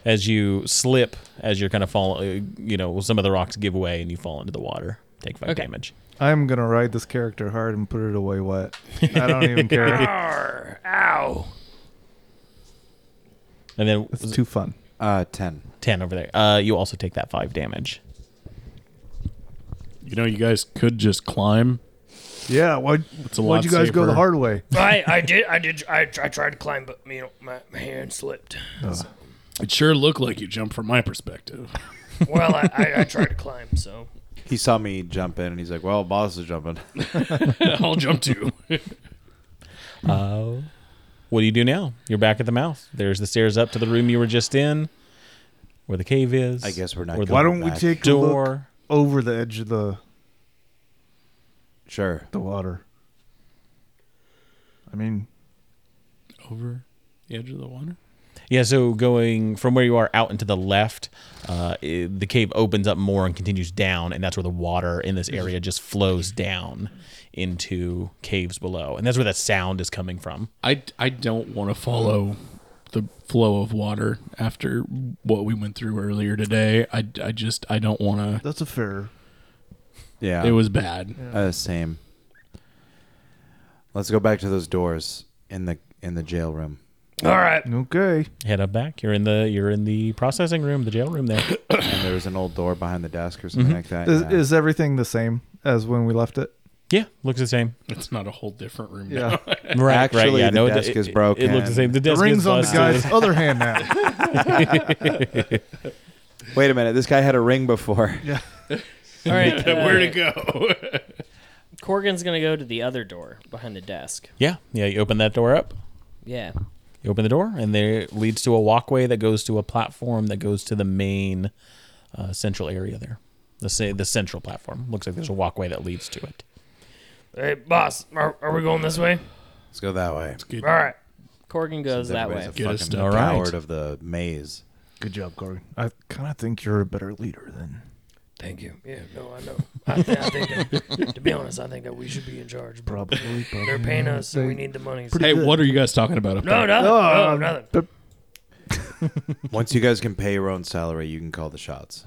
Speaker 1: As you slip, as you're kind of falling, you know, some of the rocks give way and you fall into the water. Take five
Speaker 4: Okay.
Speaker 1: damage.
Speaker 6: I'm gonna ride this character hard and put it away wet. I don't even care.
Speaker 7: Arr, ow.
Speaker 1: And then
Speaker 6: It's too fun.
Speaker 2: Uh, 10.
Speaker 1: 10 over there. Uh, you also take that five damage.
Speaker 5: you know, you guys could just climb.
Speaker 6: Yeah. Why?
Speaker 5: It's a
Speaker 6: Why'd
Speaker 5: lot
Speaker 6: you guys go the
Speaker 5: safer.
Speaker 6: hard way?
Speaker 7: I, I did I did I, tr- I tried to climb, but you know my, my hand slipped.
Speaker 5: It sure looked like you jumped from my perspective.
Speaker 7: Well, I, I, I tried to climb, so
Speaker 2: He saw me jump in and he's like, well, boss is jumping.
Speaker 5: I'll jump too.
Speaker 1: Uh, what do you do now? You're back at the mouth. There's the stairs up to the room you were just in, where the cave is.
Speaker 2: I guess we're not
Speaker 1: Or the
Speaker 6: Why don't we
Speaker 2: Back
Speaker 6: take a look
Speaker 1: door.
Speaker 6: over the edge of the
Speaker 2: Sure.
Speaker 6: the water? I mean,
Speaker 5: Over the edge of the water.
Speaker 1: Yeah, so going from where you are out into the left, uh, i the cave opens up more and continues down, and that's where the water in this area just flows down into caves below, and that's where that sound is coming from.
Speaker 5: I, I don't want to follow the flow of water after what we went through earlier today. I, I just I don't want to.
Speaker 6: that's a fair.
Speaker 2: Yeah.
Speaker 5: It was bad.
Speaker 2: uh, same. Let's go back to those doors in the in the jail room.
Speaker 7: all right.
Speaker 6: Okay.
Speaker 1: Head up back. You're in the you're in the processing room, the jail room there.
Speaker 2: And there was an old door behind the desk or something like that.
Speaker 6: Is,
Speaker 2: yeah.
Speaker 6: is everything the same as when we left it?
Speaker 1: yeah, looks the same.
Speaker 5: It's not a whole different room. now.
Speaker 6: Yeah.
Speaker 1: Right, right,
Speaker 2: Actually,
Speaker 1: yeah,
Speaker 2: the
Speaker 1: no, it-
Speaker 2: desk
Speaker 1: it,
Speaker 2: is
Speaker 1: it- It,
Speaker 2: broken.
Speaker 1: looks the same. The
Speaker 6: The
Speaker 1: desk
Speaker 6: ring's
Speaker 1: is
Speaker 6: on the
Speaker 1: busted.
Speaker 6: guy's other hand now.
Speaker 2: Wait a minute. This guy had a ring before.
Speaker 4: All right. uh,
Speaker 5: Where to go?
Speaker 4: Corgan's gonna go to the other door behind the desk.
Speaker 1: Yeah, yeah. You open that door up.
Speaker 4: Yeah.
Speaker 1: You open the door, and there it leads to a walkway that goes to a platform that goes to the main uh, central area there. The say the central platform looks like there's a walkway that leads to it.
Speaker 7: Hey, boss, are, are we going this way?
Speaker 2: Let's go that way.
Speaker 7: All right.
Speaker 4: Corgan goes that
Speaker 2: Everybody's
Speaker 4: way.
Speaker 2: a
Speaker 5: Get us
Speaker 2: fucking
Speaker 5: down.
Speaker 1: All right.
Speaker 2: coward of the maze.
Speaker 6: Good job, Corey. I kind of think you're a better leader than.
Speaker 7: Thank you. Yeah, no, I know. I, th- I think that, to be honest, I think that we should be in charge. Bro.
Speaker 6: Probably, probably.
Speaker 7: They're paying us, and we need the money. so-
Speaker 5: Hey, what are you guys talking about up
Speaker 7: No,
Speaker 5: there?
Speaker 7: nothing.
Speaker 6: Oh, um,
Speaker 7: No, nothing.
Speaker 2: Once you guys can pay your own salary, you can call the shots.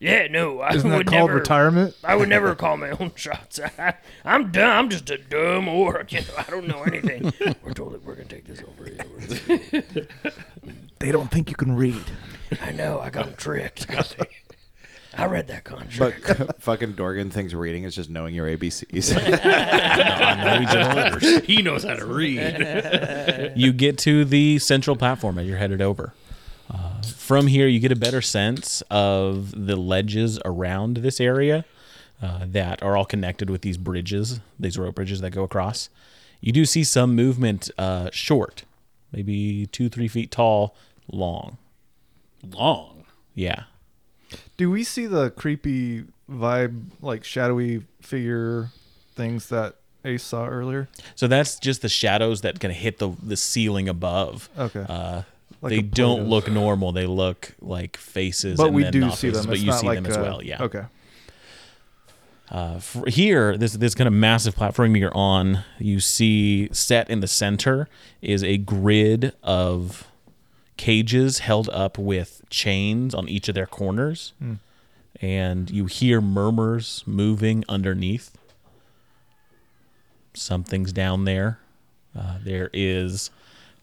Speaker 7: Yeah, no. I
Speaker 6: Isn't that
Speaker 7: would
Speaker 6: called
Speaker 7: never,
Speaker 6: retirement?
Speaker 7: I would never call my own shots. I, I'm dumb. I'm just a dumb orc. You know, I don't know anything. we're totally we're gonna take this over. Yeah, we're-
Speaker 6: They don't think you can read.
Speaker 7: I know. I got 'em tricked. I read that contract.
Speaker 2: But fucking Dorgan thinks reading is just knowing your ABCs.
Speaker 5: he knows how to read.
Speaker 1: you get to the central platform as you're headed over. Uh, from here, you get a better sense of the ledges around this area uh, that are all connected with these bridges, these rope bridges that go across. You do see some movement uh, short, maybe two, three feet tall, long.
Speaker 5: Long.
Speaker 1: Yeah.
Speaker 6: Do we see the creepy vibe, like shadowy figure things that Ace saw earlier?
Speaker 1: So that's just the shadows that kind of hit the the ceiling above.
Speaker 6: Okay.
Speaker 1: Uh,
Speaker 6: Like
Speaker 1: they
Speaker 6: a
Speaker 1: don't
Speaker 6: Play-Doh.
Speaker 1: look normal. They look like faces.
Speaker 6: but
Speaker 1: and
Speaker 6: we
Speaker 1: then
Speaker 6: do
Speaker 1: not
Speaker 6: see
Speaker 1: faces,
Speaker 6: them.
Speaker 1: But
Speaker 6: it's
Speaker 1: you
Speaker 6: not
Speaker 1: see
Speaker 6: like
Speaker 1: them as
Speaker 6: uh,
Speaker 1: well. Yeah.
Speaker 6: Okay.
Speaker 1: Uh, f here, this this kind of massive platform you're on, you see set in the center is a grid of cages held up with chains on each of their corners,
Speaker 5: Hmm.
Speaker 1: and you hear murmurs moving underneath. Something's down there. Uh, there is,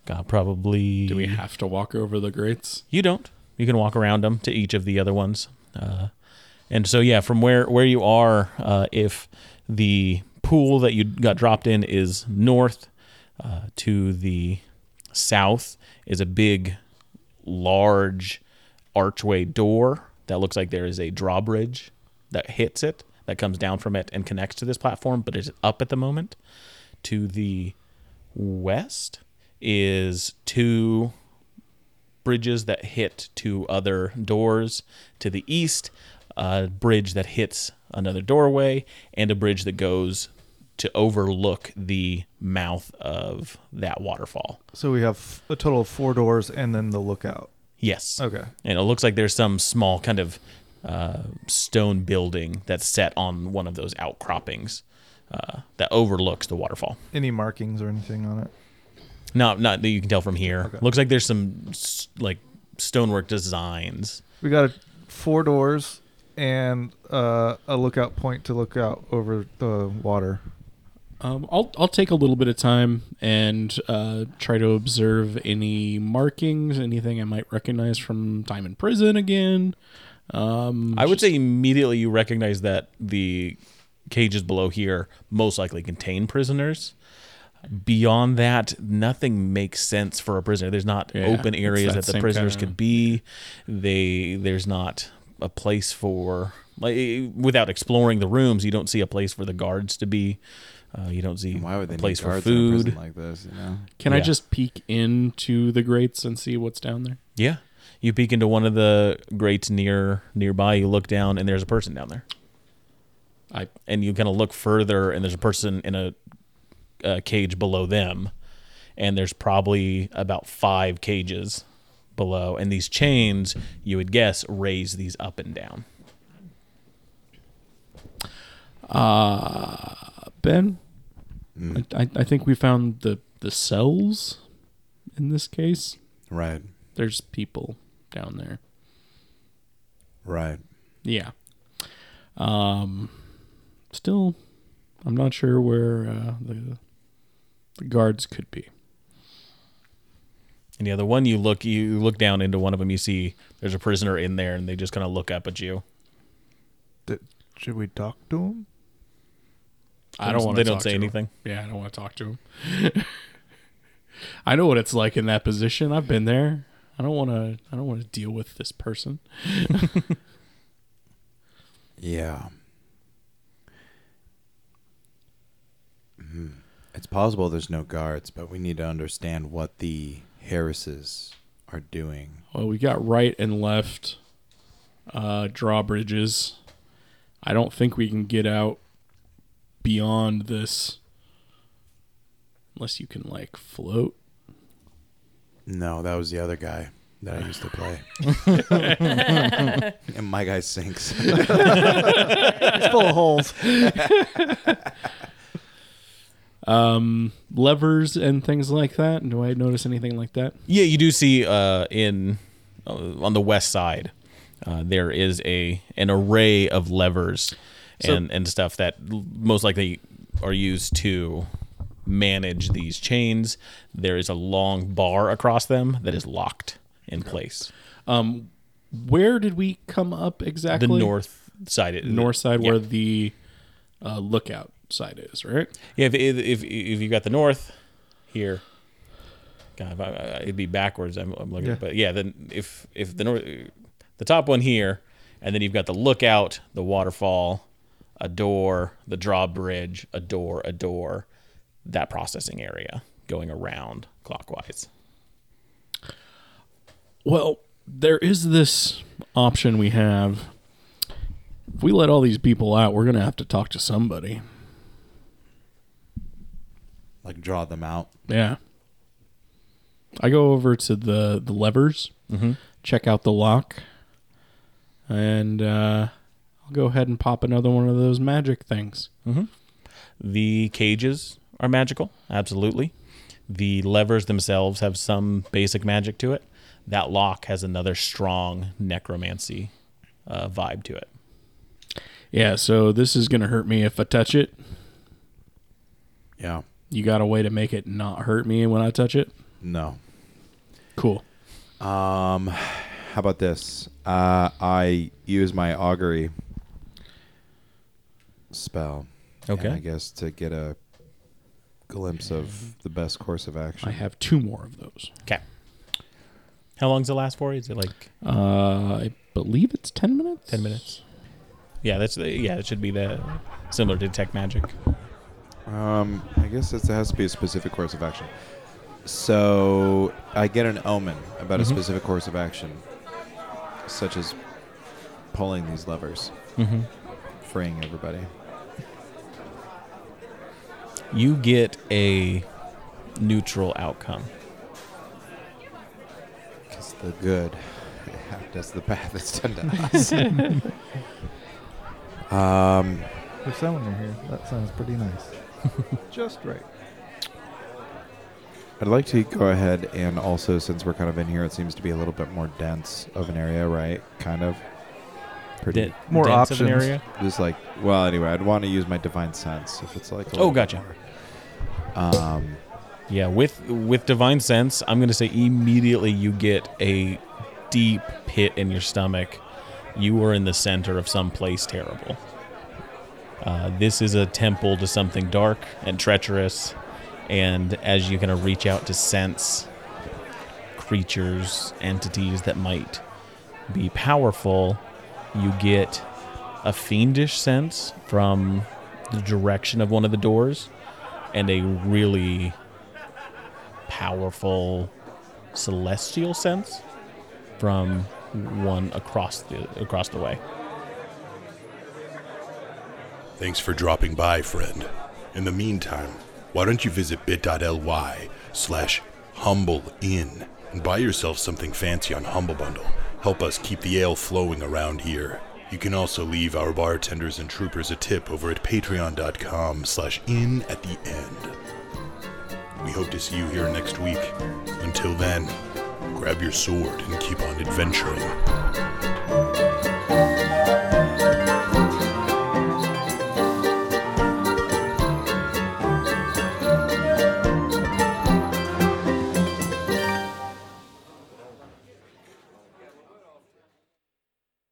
Speaker 1: God, probably.
Speaker 5: Do we have to walk over the grates?
Speaker 1: You don't. You can walk around them to each of the other ones. Uh, and so, yeah, from where where you are, uh, if the pool that you got dropped in is north, uh, to the south is a big, large archway door that looks like there is a drawbridge that hits it, that comes down from it and connects to this platform, but is up at the moment. To the west is two bridges that hit to other doors to the east, a bridge that hits another doorway, and a bridge that goes to overlook the mouth of that waterfall.
Speaker 3: So we have f- a total of four doors and then the lookout.
Speaker 1: Yes.
Speaker 3: Okay.
Speaker 1: And it looks like there's some small kind of uh, stone building that's set on one of those outcroppings uh, that overlooks the waterfall.
Speaker 3: Any markings or anything on it?
Speaker 1: Not, not that you can tell from here. Looks like there's some s- like stonework designs.
Speaker 3: We got a, four doors and uh, a lookout point to look out over the water.
Speaker 5: Um, I'll I'll take a little bit of time and uh, try to observe any markings, anything I might recognize from time in prison again. Um,
Speaker 1: I would say immediately you recognize that the cages below here most likely contain prisoners. Beyond that, nothing makes sense for a prisoner. There's not
Speaker 5: Yeah,
Speaker 1: open
Speaker 5: it's
Speaker 1: areas
Speaker 5: that
Speaker 1: that, the
Speaker 5: same
Speaker 1: prisoners
Speaker 5: kinda-
Speaker 1: could be. They there's not a place for like without exploring the rooms, you don't see a place for the guards to be. Uh, you don't see
Speaker 2: Why would they
Speaker 1: a
Speaker 2: need
Speaker 1: place for
Speaker 2: guards in a prison
Speaker 1: food.
Speaker 2: like this? You know,
Speaker 5: can I
Speaker 1: yeah.
Speaker 5: just peek into the grates and see what's down there?
Speaker 1: yeah, you peek into one of the grates near nearby. You look down, and there's a person down there.
Speaker 5: I
Speaker 1: and you kind of look further and there's a person in a, a cage below them and there's probably about five cages below and these chains you would guess raise these up and down
Speaker 5: Ben,
Speaker 1: Hmm.
Speaker 5: I, I I think we found the the cells. In this case,
Speaker 9: Right,
Speaker 5: there's people down there.
Speaker 9: right.
Speaker 5: Yeah. Um, still, I'm not sure where uh, the the guards could be.
Speaker 1: and the other one you look you look down into one of them you see there's a prisoner in there and they just kind of look up at you
Speaker 3: Th- should we talk to him?
Speaker 5: I don't want.
Speaker 1: they don't say anything
Speaker 5: Yeah, I don't want to talk to him. I know what it's like in that position. I've been there. I don't want to. I don't want to deal with this person.
Speaker 9: Yeah.
Speaker 2: Hmm. it's possible there's no guards, but we need to understand what the Harrises are doing.
Speaker 5: Well, we got right and left uh, drawbridges. I don't think we can get out beyond this unless you can like float.
Speaker 2: No, that was the other guy that I used to play. and my guy sinks.
Speaker 3: It's full of holes.
Speaker 5: um, levers and things like that. Do I notice anything like that?
Speaker 1: Yeah, you do see uh, in uh, on the west side uh, there is a an array of levers and and stuff that l- most likely are used to manage these chains. There is a long bar across them that is locked in place.
Speaker 5: Where did we come up
Speaker 1: The
Speaker 5: exactly?
Speaker 1: north side, uh,
Speaker 5: north side,
Speaker 1: yeah.
Speaker 5: where the uh, lookout side is, right?
Speaker 1: Yeah, if if if, if you got the north here, God, if I, I- it'd be backwards. I'm, I'm looking,
Speaker 3: Yeah.
Speaker 1: but yeah, then if if the north, the top one here, and then you've got the lookout, the waterfall, a door, the drawbridge, a door, a door, that processing area going around clockwise.
Speaker 5: Well, there is this option we have. If we let all these people out, we're gonna have to talk to somebody.
Speaker 2: like draw them out.
Speaker 5: Yeah. I go over to the Mm-hmm. the levers, check out the lock, and uh, I'll go ahead and pop another one of those magic things.
Speaker 1: The cages are magical, absolutely. The levers themselves have some basic magic to it. That lock has another strong necromancy uh, vibe to it.
Speaker 5: Yeah, so this is gonna hurt me if I touch it.
Speaker 2: Yeah.
Speaker 5: You got a way to make it not hurt me when I touch it?
Speaker 2: No.
Speaker 5: Cool.
Speaker 2: How about this? Uh, I use my augury spell. and
Speaker 1: Okay.
Speaker 2: I guess to get a glimpse of the best course of
Speaker 5: I
Speaker 2: action.
Speaker 5: have two more of those.
Speaker 1: Okay. How long does it last for? Is it like
Speaker 5: Uh, I believe it's ten minutes.
Speaker 1: 10 minutes? Yeah, that's the, yeah. It should be the similar to detect magic.
Speaker 2: Um, I guess it's, it has to be a specific course of action. So I get an omen about a
Speaker 1: Mm-hmm.
Speaker 2: specific course of action, such as pulling these levers,
Speaker 1: Mm-hmm.
Speaker 2: freeing everybody.
Speaker 1: You get a neutral outcome.
Speaker 2: Because the good does the bad that's done to us. um,
Speaker 3: There's someone in here. That sounds pretty nice. Just right.
Speaker 2: I'd like to go ahead and also, since we're kind of in here, it seems to be a little bit more dense of an area, right? Kind of. Pretty.
Speaker 1: Den-
Speaker 3: More
Speaker 1: dense Of an
Speaker 3: options.
Speaker 1: area.
Speaker 2: Just like, well, anyway, I'd want to use my divine sense if it's like. a
Speaker 1: Oh,
Speaker 2: little bit
Speaker 1: gotcha.
Speaker 2: more. Um,
Speaker 1: Yeah, with with divine sense, I'm going to say immediately you get a deep pit in your stomach. You were in the center of some place terrible. Uh, this is a temple to something dark and treacherous, and as you kind of reach out to sense creatures, entities that might be powerful, you get a fiendish sense from the direction of one of the doors, and a really powerful celestial sense from one across the across the way.
Speaker 9: Thanks for dropping by, friend. In the meantime, why don't you visit bit.ly slash humble inn and buy yourself something fancy on Humble Bundle. Help us keep the ale flowing around here. You can also leave our bartenders and troopers a tip over at patreon.com slash inn at the end. We hope to see you here next week. Until then, grab your sword and keep on adventuring.